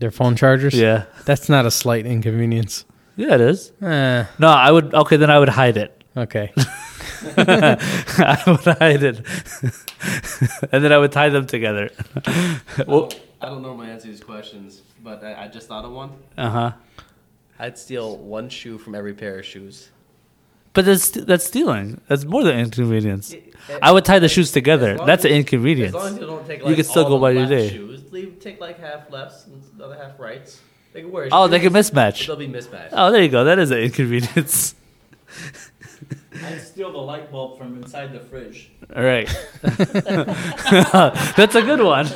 A: Their phone chargers.
B: Yeah.
A: that's not a slight inconvenience.
B: Yeah, it is.
A: Eh,
B: No, I would. Okay, then I would hide it.
A: okay.
B: I would hide it. and then I would tie them together. well,
H: I don't normally answer these questions, but I, I just thought of one.
B: uh huh.
H: I'd steal one shoe from every pair of shoes.
B: But that's that's stealing. That's more than inconvenience. I would tie the shoes together.
H: As long
B: That's
H: as-
B: an inconvenience.
H: As long as you don't take
B: You
H: like
B: can still
H: all
B: go
H: the
B: by your
H: left
B: day.
H: Shoes, leave take like half lefts and the other half rights. They can wear.
B: Oh, they can
H: shoes,
B: mismatch.
H: They'll be mismatched.
B: Oh, there you go. That is an inconvenience.
E: I'd steal the light bulb from inside the fridge.
B: All right. That's a good one.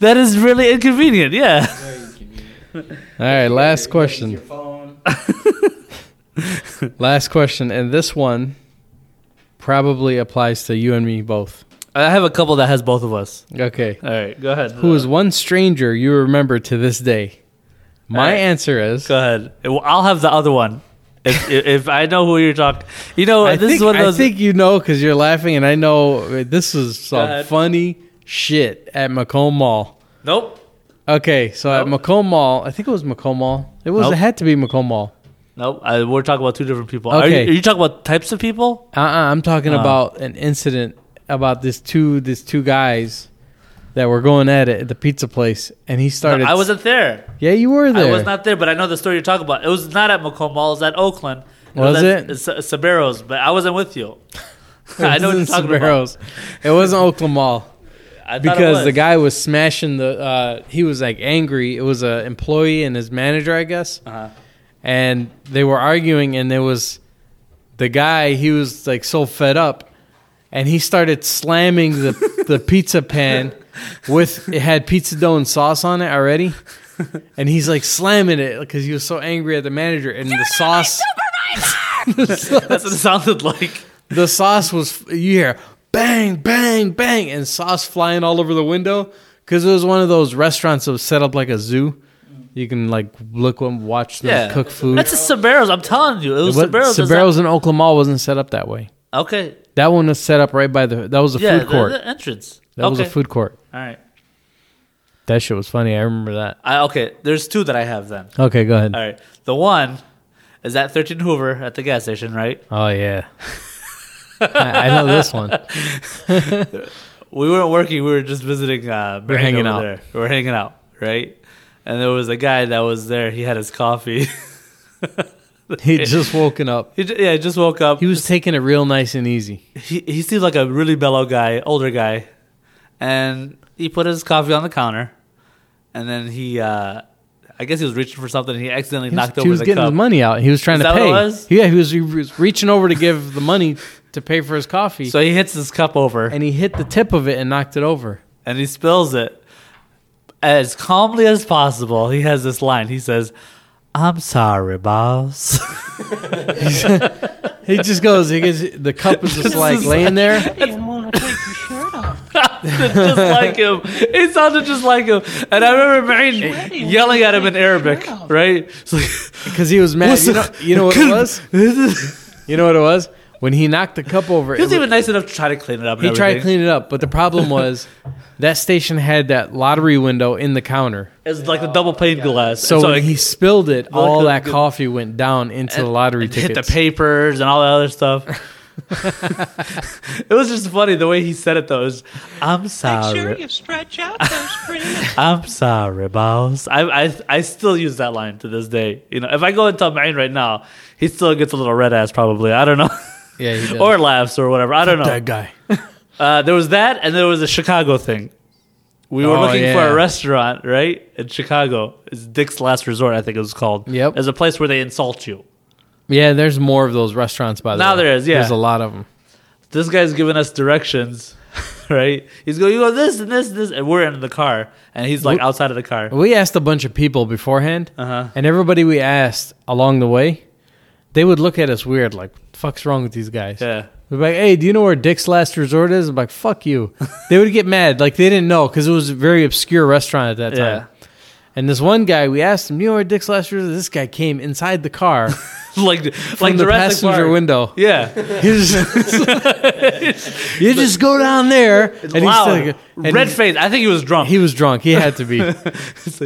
B: That is really inconvenient. Yeah.
E: Very inconvenient.
A: All right, last
E: Your
A: question.
E: phone.
A: Last question, and this one probably applies to you and me both.
B: I have a couple that has both of us.
A: Okay.
B: All right. Go ahead.
A: Who is one stranger you remember to this day? My
B: Alright.
A: answer is
B: Go ahead. I'll have the other one. If, if- if I know who you're talking, you know,
A: I
B: Oh, this
A: think,
B: is one of
A: I
B: those.
A: think you know because you're laughing, and I know uh, this is some
B: ahead.
A: funny shit at Macomb Mall.
B: nope.
A: Okay, so at Macomb Mall, I think it was Macomb Mall. It was
B: Oh. Nope.
A: it had to be Macomb Mall.
B: Nope. I, we're talking about two different people. Are,
A: Okay.
B: you, are you talking about types of people?
A: Uh-uh, I'm talking
B: Uh.
A: about an incident about this two this two guys that were going at it at the pizza place, and he started.
B: I wasn't there.
A: Yeah, you were there.
B: I was not there, but I know the story you're talking about. It was not at Macomb Mall. It was at Oakland.
A: Was
B: at
A: it?
B: S- Sabero's, but I wasn't with you. I know what you're
A: wasn't
B: talking
A: Sbarro's. It wasn't Oakland Mall.
B: about. I thought it
A: because the
B: was.
A: guy was smashing the uh, he was like angry it was a employee and his manager i guess
B: Uh-huh.
A: and they were arguing and there was the guy he was like so fed up and he started slamming the, the pizza pan with it had pizza dough and sauce on it already and he's like slamming it because he was so angry at the manager and the sauce
B: That's what it sounded like.
A: the sauce was you hear bang bang bang and sauce flying all over the window because it was one of those restaurants that was set up like a zoo you can like look and watch them
B: Yeah.
A: cook food
B: That's a Sabero's. I'm telling you. It was
A: What-
B: Sabero's. It's
A: Sabero's in Oakland Mall wasn't set up that way
B: not- Okay.
A: that one was set up right by the that was a
B: Yeah,
A: food court
B: The, the entrance.
A: that
B: okay.
A: was a food court
B: All right.
A: that shit was funny i remember that
B: I, okay. There's two that I have then.
A: okay go ahead
B: All right. The one is at 13 Hoover at the gas station, right?
A: oh yeah I, I know this one
B: We weren't working. We were just visiting. Uh, We're
A: hanging out.
B: We were hanging out, right? And there was a guy that was there. He had his coffee.
A: he just woken up
B: he j- yeah, he just woke up.
A: he was taking it real nice and easy
B: he he seemed like a really mellow guy, older guy, and he put his coffee on the counter, and then he, uh, I guess he was reaching for something. And he accidentally
A: He was,
B: knocked
A: he
B: over
A: was
B: the
A: getting
B: cup.
A: his money out. He was trying
B: Is
A: to
B: that what
A: pay.
B: it was?
A: Yeah, he was, he was reaching over to give the money to pay for his coffee,
B: So he hits his cup over and,
A: and he hit the tip of it and knocked it over.
B: he spills it as calmly as possible. He has this line. He says, "I'm sorry, boss."
A: He just goes. He gets the cup is just like laying there.
B: just like him. It sounded just like him. And I remember Marine yelling at him in Arabic, right? It's like,
A: because he was mad. You know, you know what it was. You know what it was when he knocked the cup over.
B: he
A: it
B: was
A: was-
B: even nice enough to try to clean it up. and
A: he tried to
B: everything.
A: clean it up, but the problem was that station had that lottery window in the counter.
B: It's like the double pane glass.
A: So,
B: And
A: when
B: it
A: he spilled it, all
B: the-
A: that
B: the-
A: coffee went down into the lottery
B: and hit
A: tickets.
B: the papers and all that other stuff. it was just funny the way he said it though. It was, I'm sorry.
F: stretch out those friends.
B: I'm sorry, boss. I, I I still use that line to this day. You know, if I go and tell Marine right now, he still gets a little red ass probably. I don't know.
A: yeah, he did.
B: or laughs or whatever. I don't know.
A: that guy.
B: Uh, there was that, and there was a Chicago thing. We were
A: Oh,
B: looking for
A: yeah.
B: a restaurant, right, in Chicago. It's Dick's Last Resort, I think it was called.
A: Yep.
B: As a place where they insult you.
A: Yeah, there's more of those restaurants by the
B: Now
A: way.
B: there is, yeah.
A: There's a lot of them.
B: This guy's giving us directions, right? He's going, you go this and this and this, and we're in the car, and he's like outside of the car.
A: We asked a bunch of people beforehand,
B: Uh-huh.
A: and everybody we asked along the way, they would look at us weird, like, fuck's wrong with these guys?
B: Yeah.
A: We'd be like, hey, do you know where Dick's Last Resort is? I'm like, fuck you. they would get mad. Like, they didn't know because it was a very obscure restaurant at that
B: Yeah.
A: time. And this one guy, we asked him, "You know where Dick's last year?" This guy came inside the car from
B: like like
A: the
B: Jurassic
A: passenger
B: Park.
A: window.
B: Yeah,
A: He was just- you just go down there, and he
B: loud,
A: still- and
B: red
A: he-
B: face. I think he was drunk,
A: He was drunk. He had to be.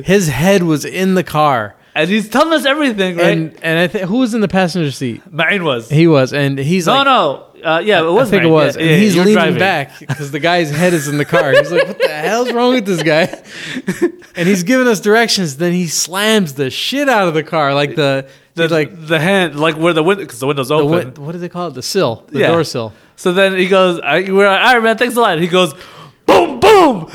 A: His head was in the car,
B: and he's telling us everything. Right,
A: and and I think who was in the passenger seat?
B: Mine was.
A: He was, and he's
B: no,
A: like,
B: no, uh, yeah, it was.
A: I think
B: Ma'in.
A: it was.
B: Yeah,
A: and
B: yeah,
A: he's
B: you're
A: leaning
B: driving.
A: back because the guy's head is in the car. He's like, "What the hell's wrong with this guy?" And he's giving us directions. Then he slams the shit out of the car, like the,
B: The,
A: like
B: like the hand, like where the window, because the window's
A: the
B: open.
A: what, what do they call it? The sill, the
B: Yeah.
A: door sill.
B: So then he goes, I, we're like, all right, man, thanks a lot. He goes, boom, boom. all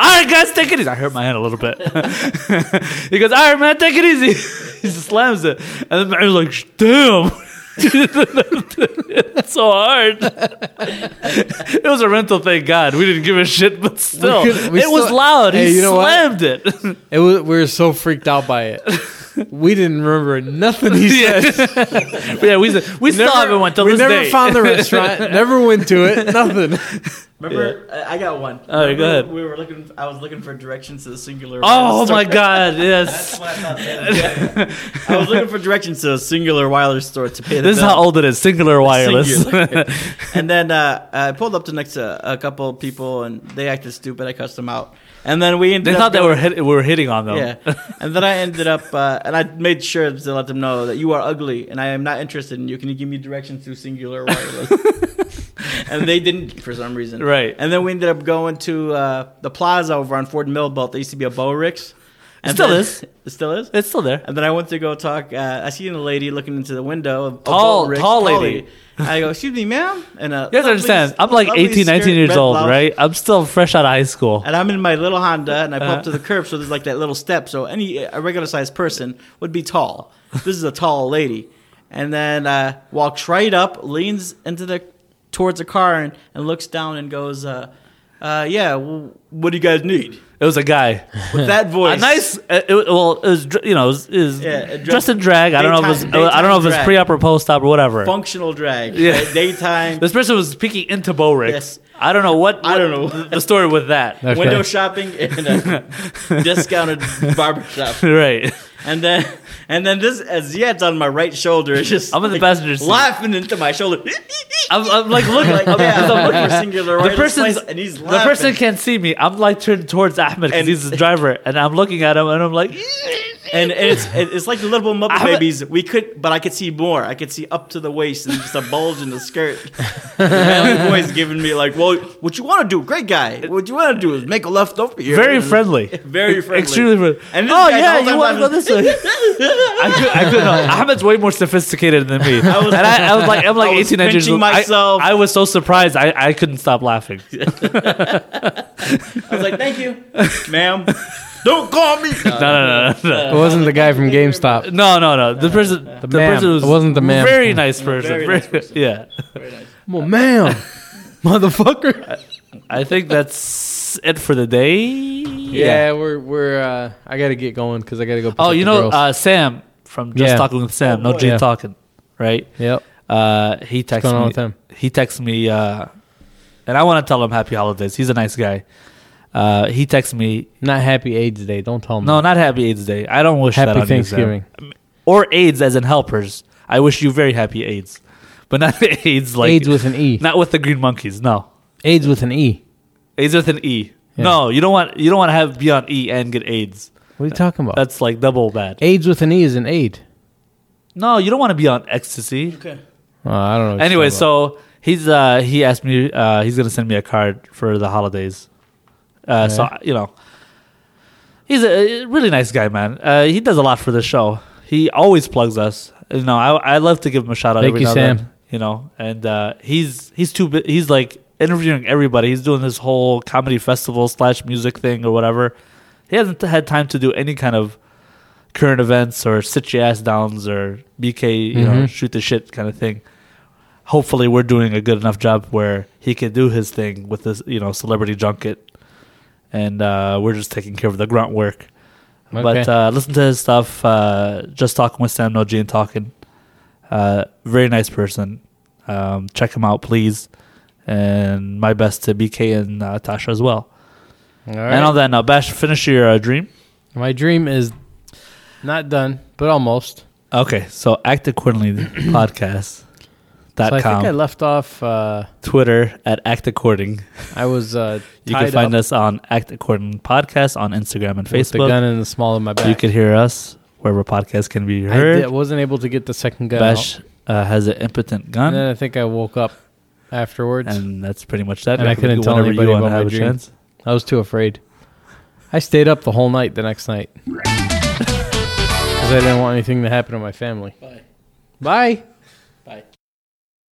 B: right, guys, take it easy. I hurt my hand a little bit. he goes, all right, man, take it easy. he just slams it. And then I was like, "Sh- damn. it's so hard. it was a rental, thank God. We didn't give a shit, but still,
A: We could- we
B: it was
A: still-
B: loud.
A: Hey,
B: he
A: you know what?
B: slammed it.
A: It was, we were so freaked out by it. We didn't remember nothing he said.
B: yeah. yeah, we, we still haven't went to
A: we
B: this
A: never
B: day.
A: found the restaurant. never went to it. Nothing.
E: Remember, I I got one.
B: All right, go
E: Remember
B: ahead.
E: We were looking. I was looking for directions to the singular.
B: Oh
E: Wilder
B: my
E: store.
B: God! Yes,
H: That's what I thought.
E: I was looking for directions to the singular Wilder store to pay the
B: this is
E: bill.
B: how old it is. Singular wireless.
E: Singular. and then uh, I pulled up to next to a couple people, and they acted stupid. I cussed them out, and then we ended
B: They
E: up
B: thought they
E: going-
B: were hit, we were hitting on them.
E: Yeah, and then I ended up, uh, and I made sure to let them know that you are ugly, and I am not interested in you. Can you give me directions to Singular Wireless? and they didn't for some reason.
B: Right.
E: And then we ended up going to uh, the plaza over on Ford Millbelt. There used to be a Bo Ricks. And
B: still
E: then-
B: is.
E: It still is.
B: It's still there.
E: And then I went to go talk. Uh, I seen a lady looking into the window. Of, of
B: Tall-
E: Bo Ricks,
B: tall lady.
E: I go, excuse me, ma'am. And uh,
B: You guys understand? I'm like 18, 19 years old, right? I'm still fresh out of high school.
E: and I'm in my little Honda, and I pull up
B: Uh.
E: to the curb, so there's like that little step. So any a regular sized person would be tall. This is a tall lady, and then uh, walks right up, leans into the towards the car, and, and looks down and goes, uh, uh, "Yeah, w what do you guys need?"
B: It was a guy.
E: With that
B: A
E: voice,
B: nice, uh, it, well, it was dr- you know, it was, it was
E: Yeah, dressed-
B: dressed in drag. I don't know if it was,
E: daytime-
B: I don't know if it was
E: daytime
B: pre-op or post-op or whatever.
E: functional drag,
B: Yeah.
E: right? daytime
B: This person was peeking into Bo Ricks.
E: Yes.
B: I don't know what,
E: I don't
B: what
E: know.
B: the story with that.
A: Okay.
E: window shopping and a discounted barbershop.
B: right.
E: And then, and then this as yeah, it's on my right shoulder. It's just
B: I'm in the
E: like,
B: passenger seat.
E: laughing into my shoulder.
B: I'm, I'm like
E: Look
B: looking
E: like
B: like,
E: oh, yeah, I'm looking for singular
B: the
E: wireless
B: person's
E: place, and he's
B: the
E: laughing.
B: person can't see me. I'm like turned towards Ahmed because
E: And-
B: he's the driver, and I'm looking at him, and I'm like,
E: and, and it's it- it's like the little Muppet
B: I'm a-
E: babies. We could, but I could see more. I could see up to the waist and just a bulge in the skirt. And the boy's giving me like, well, what you want to do, great guy? What you want to do is make a left over here.
B: very friendly.
E: very friendly,
B: Extremely friendly.
E: And this
B: oh
E: guy the
B: yeah,
E: whole
B: you
E: time
B: want to go
E: laughing.
B: this way? I could, I could not.
E: uh,
B: Ahmed's way more sophisticated than me. I
E: was-
B: and I, I was like, I'm like
E: I was
B: 18, 19 years
E: pinching
B: old. I-
E: myself. Uh,
B: I, was so surprised. I, I couldn't stop laughing.
E: I was like, thank you, ma'am. Don't call me.
B: No, no, no, no,
A: It wasn't the guy from GameStop.
B: no, no, no. The person, the,
A: ma'am.
B: person was
A: Uh, It wasn't the ma'am.
B: Very nice person.
E: Very nice person.
B: yeah.
A: Well, ma'am, motherfucker.
B: I think that's it for the day.
A: Yeah, we're we're. Uh, I gotta get going because I gotta go. Pick
B: Oh,
A: up
B: you
A: the
B: know
A: girls.
B: uh, Sam from Just
A: Yeah. Oh,
B: Talking with Sam, no Jay
A: Yeah.
B: talking, right?
A: yep.
B: Uh, he texts
A: going
B: me.
A: on with him?
B: He texts me, uh, and I want to tell him happy holidays. He's a nice guy. Uh, he texts me,
A: Not happy AIDS Day. Don't tell me.
B: no, not happy AIDS Day. I don't wish that
A: happy
B: on you, Sam.
A: Thanksgiving.
B: or AIDS as in helpers. I wish you very happy AIDS, but not AIDS like
A: AIDS with an E.
B: not with the green monkeys. No,
A: AIDS with an E.
B: AIDS with an E.
A: Yeah.
B: No, you don't want you don't want to have be on E and get AIDS.
A: What are you talking about?
B: That's like double bad.
A: AIDS with an E is an aid.
B: No, you don't want to be on ecstasy.
A: Oh, I don't know. what you're
B: anyway,
A: talking about.
B: so he's uh he asked me uh he's gonna send me a card for the holidays. Uh, so
A: Yeah.
B: you know, he's a a really nice guy, man. Uh, he does a lot for the show. He always plugs us. You know, I I love to give him a shout out.
A: Thank
B: every
A: you,
B: now and
A: Sam.
B: then, you know, and uh, he's he's too bu- he's like interviewing everybody. He's doing this whole comedy festival slash music thing or whatever. He hasn't had time to do any kind of current events or sit your ass downs or BK, you
A: Mm-hmm.
B: know, shoot the shit kind of thing. Hopefully, we're doing a good enough job where he can do his thing with this, you know, celebrity junket, and uh, we're just taking care of the grunt work. But
A: Okay.
B: uh, listen to his stuff. Uh, just talking with Sam Noji and talking. Uh, very nice person. Um, check him out, please. And my best to BK and uh, Tasha as well.
A: All
B: And
A: right.
B: on that note, Bash, finish your uh, dream.
A: My dream is not done, but almost.
B: Okay, so act accordingly podcast.
A: So
B: Dot
A: I think I
B: com,
A: left off. Uh,
B: Twitter at Act According.
A: I was uh,
B: You
A: tied
B: can find
A: up
B: us on Act According Podcast on Instagram and
A: with the gun
B: Facebook.
A: in the small of my back.
B: You can hear us wherever podcasts can be
A: I
B: heard.
A: did, wasn't able to get the second gun. out.
B: Bash uh, has an impotent gun,
A: And then I think I woke up afterwards.
B: and that's pretty much that.
A: And I
B: You can
A: couldn't
B: do
A: tell
B: whenever you
A: anybody
B: wanna
A: about my
B: have a
A: dream.
B: chance.
A: I was too afraid. I stayed up the whole night the next night because I didn't want anything to happen to my family. Bye. Bye.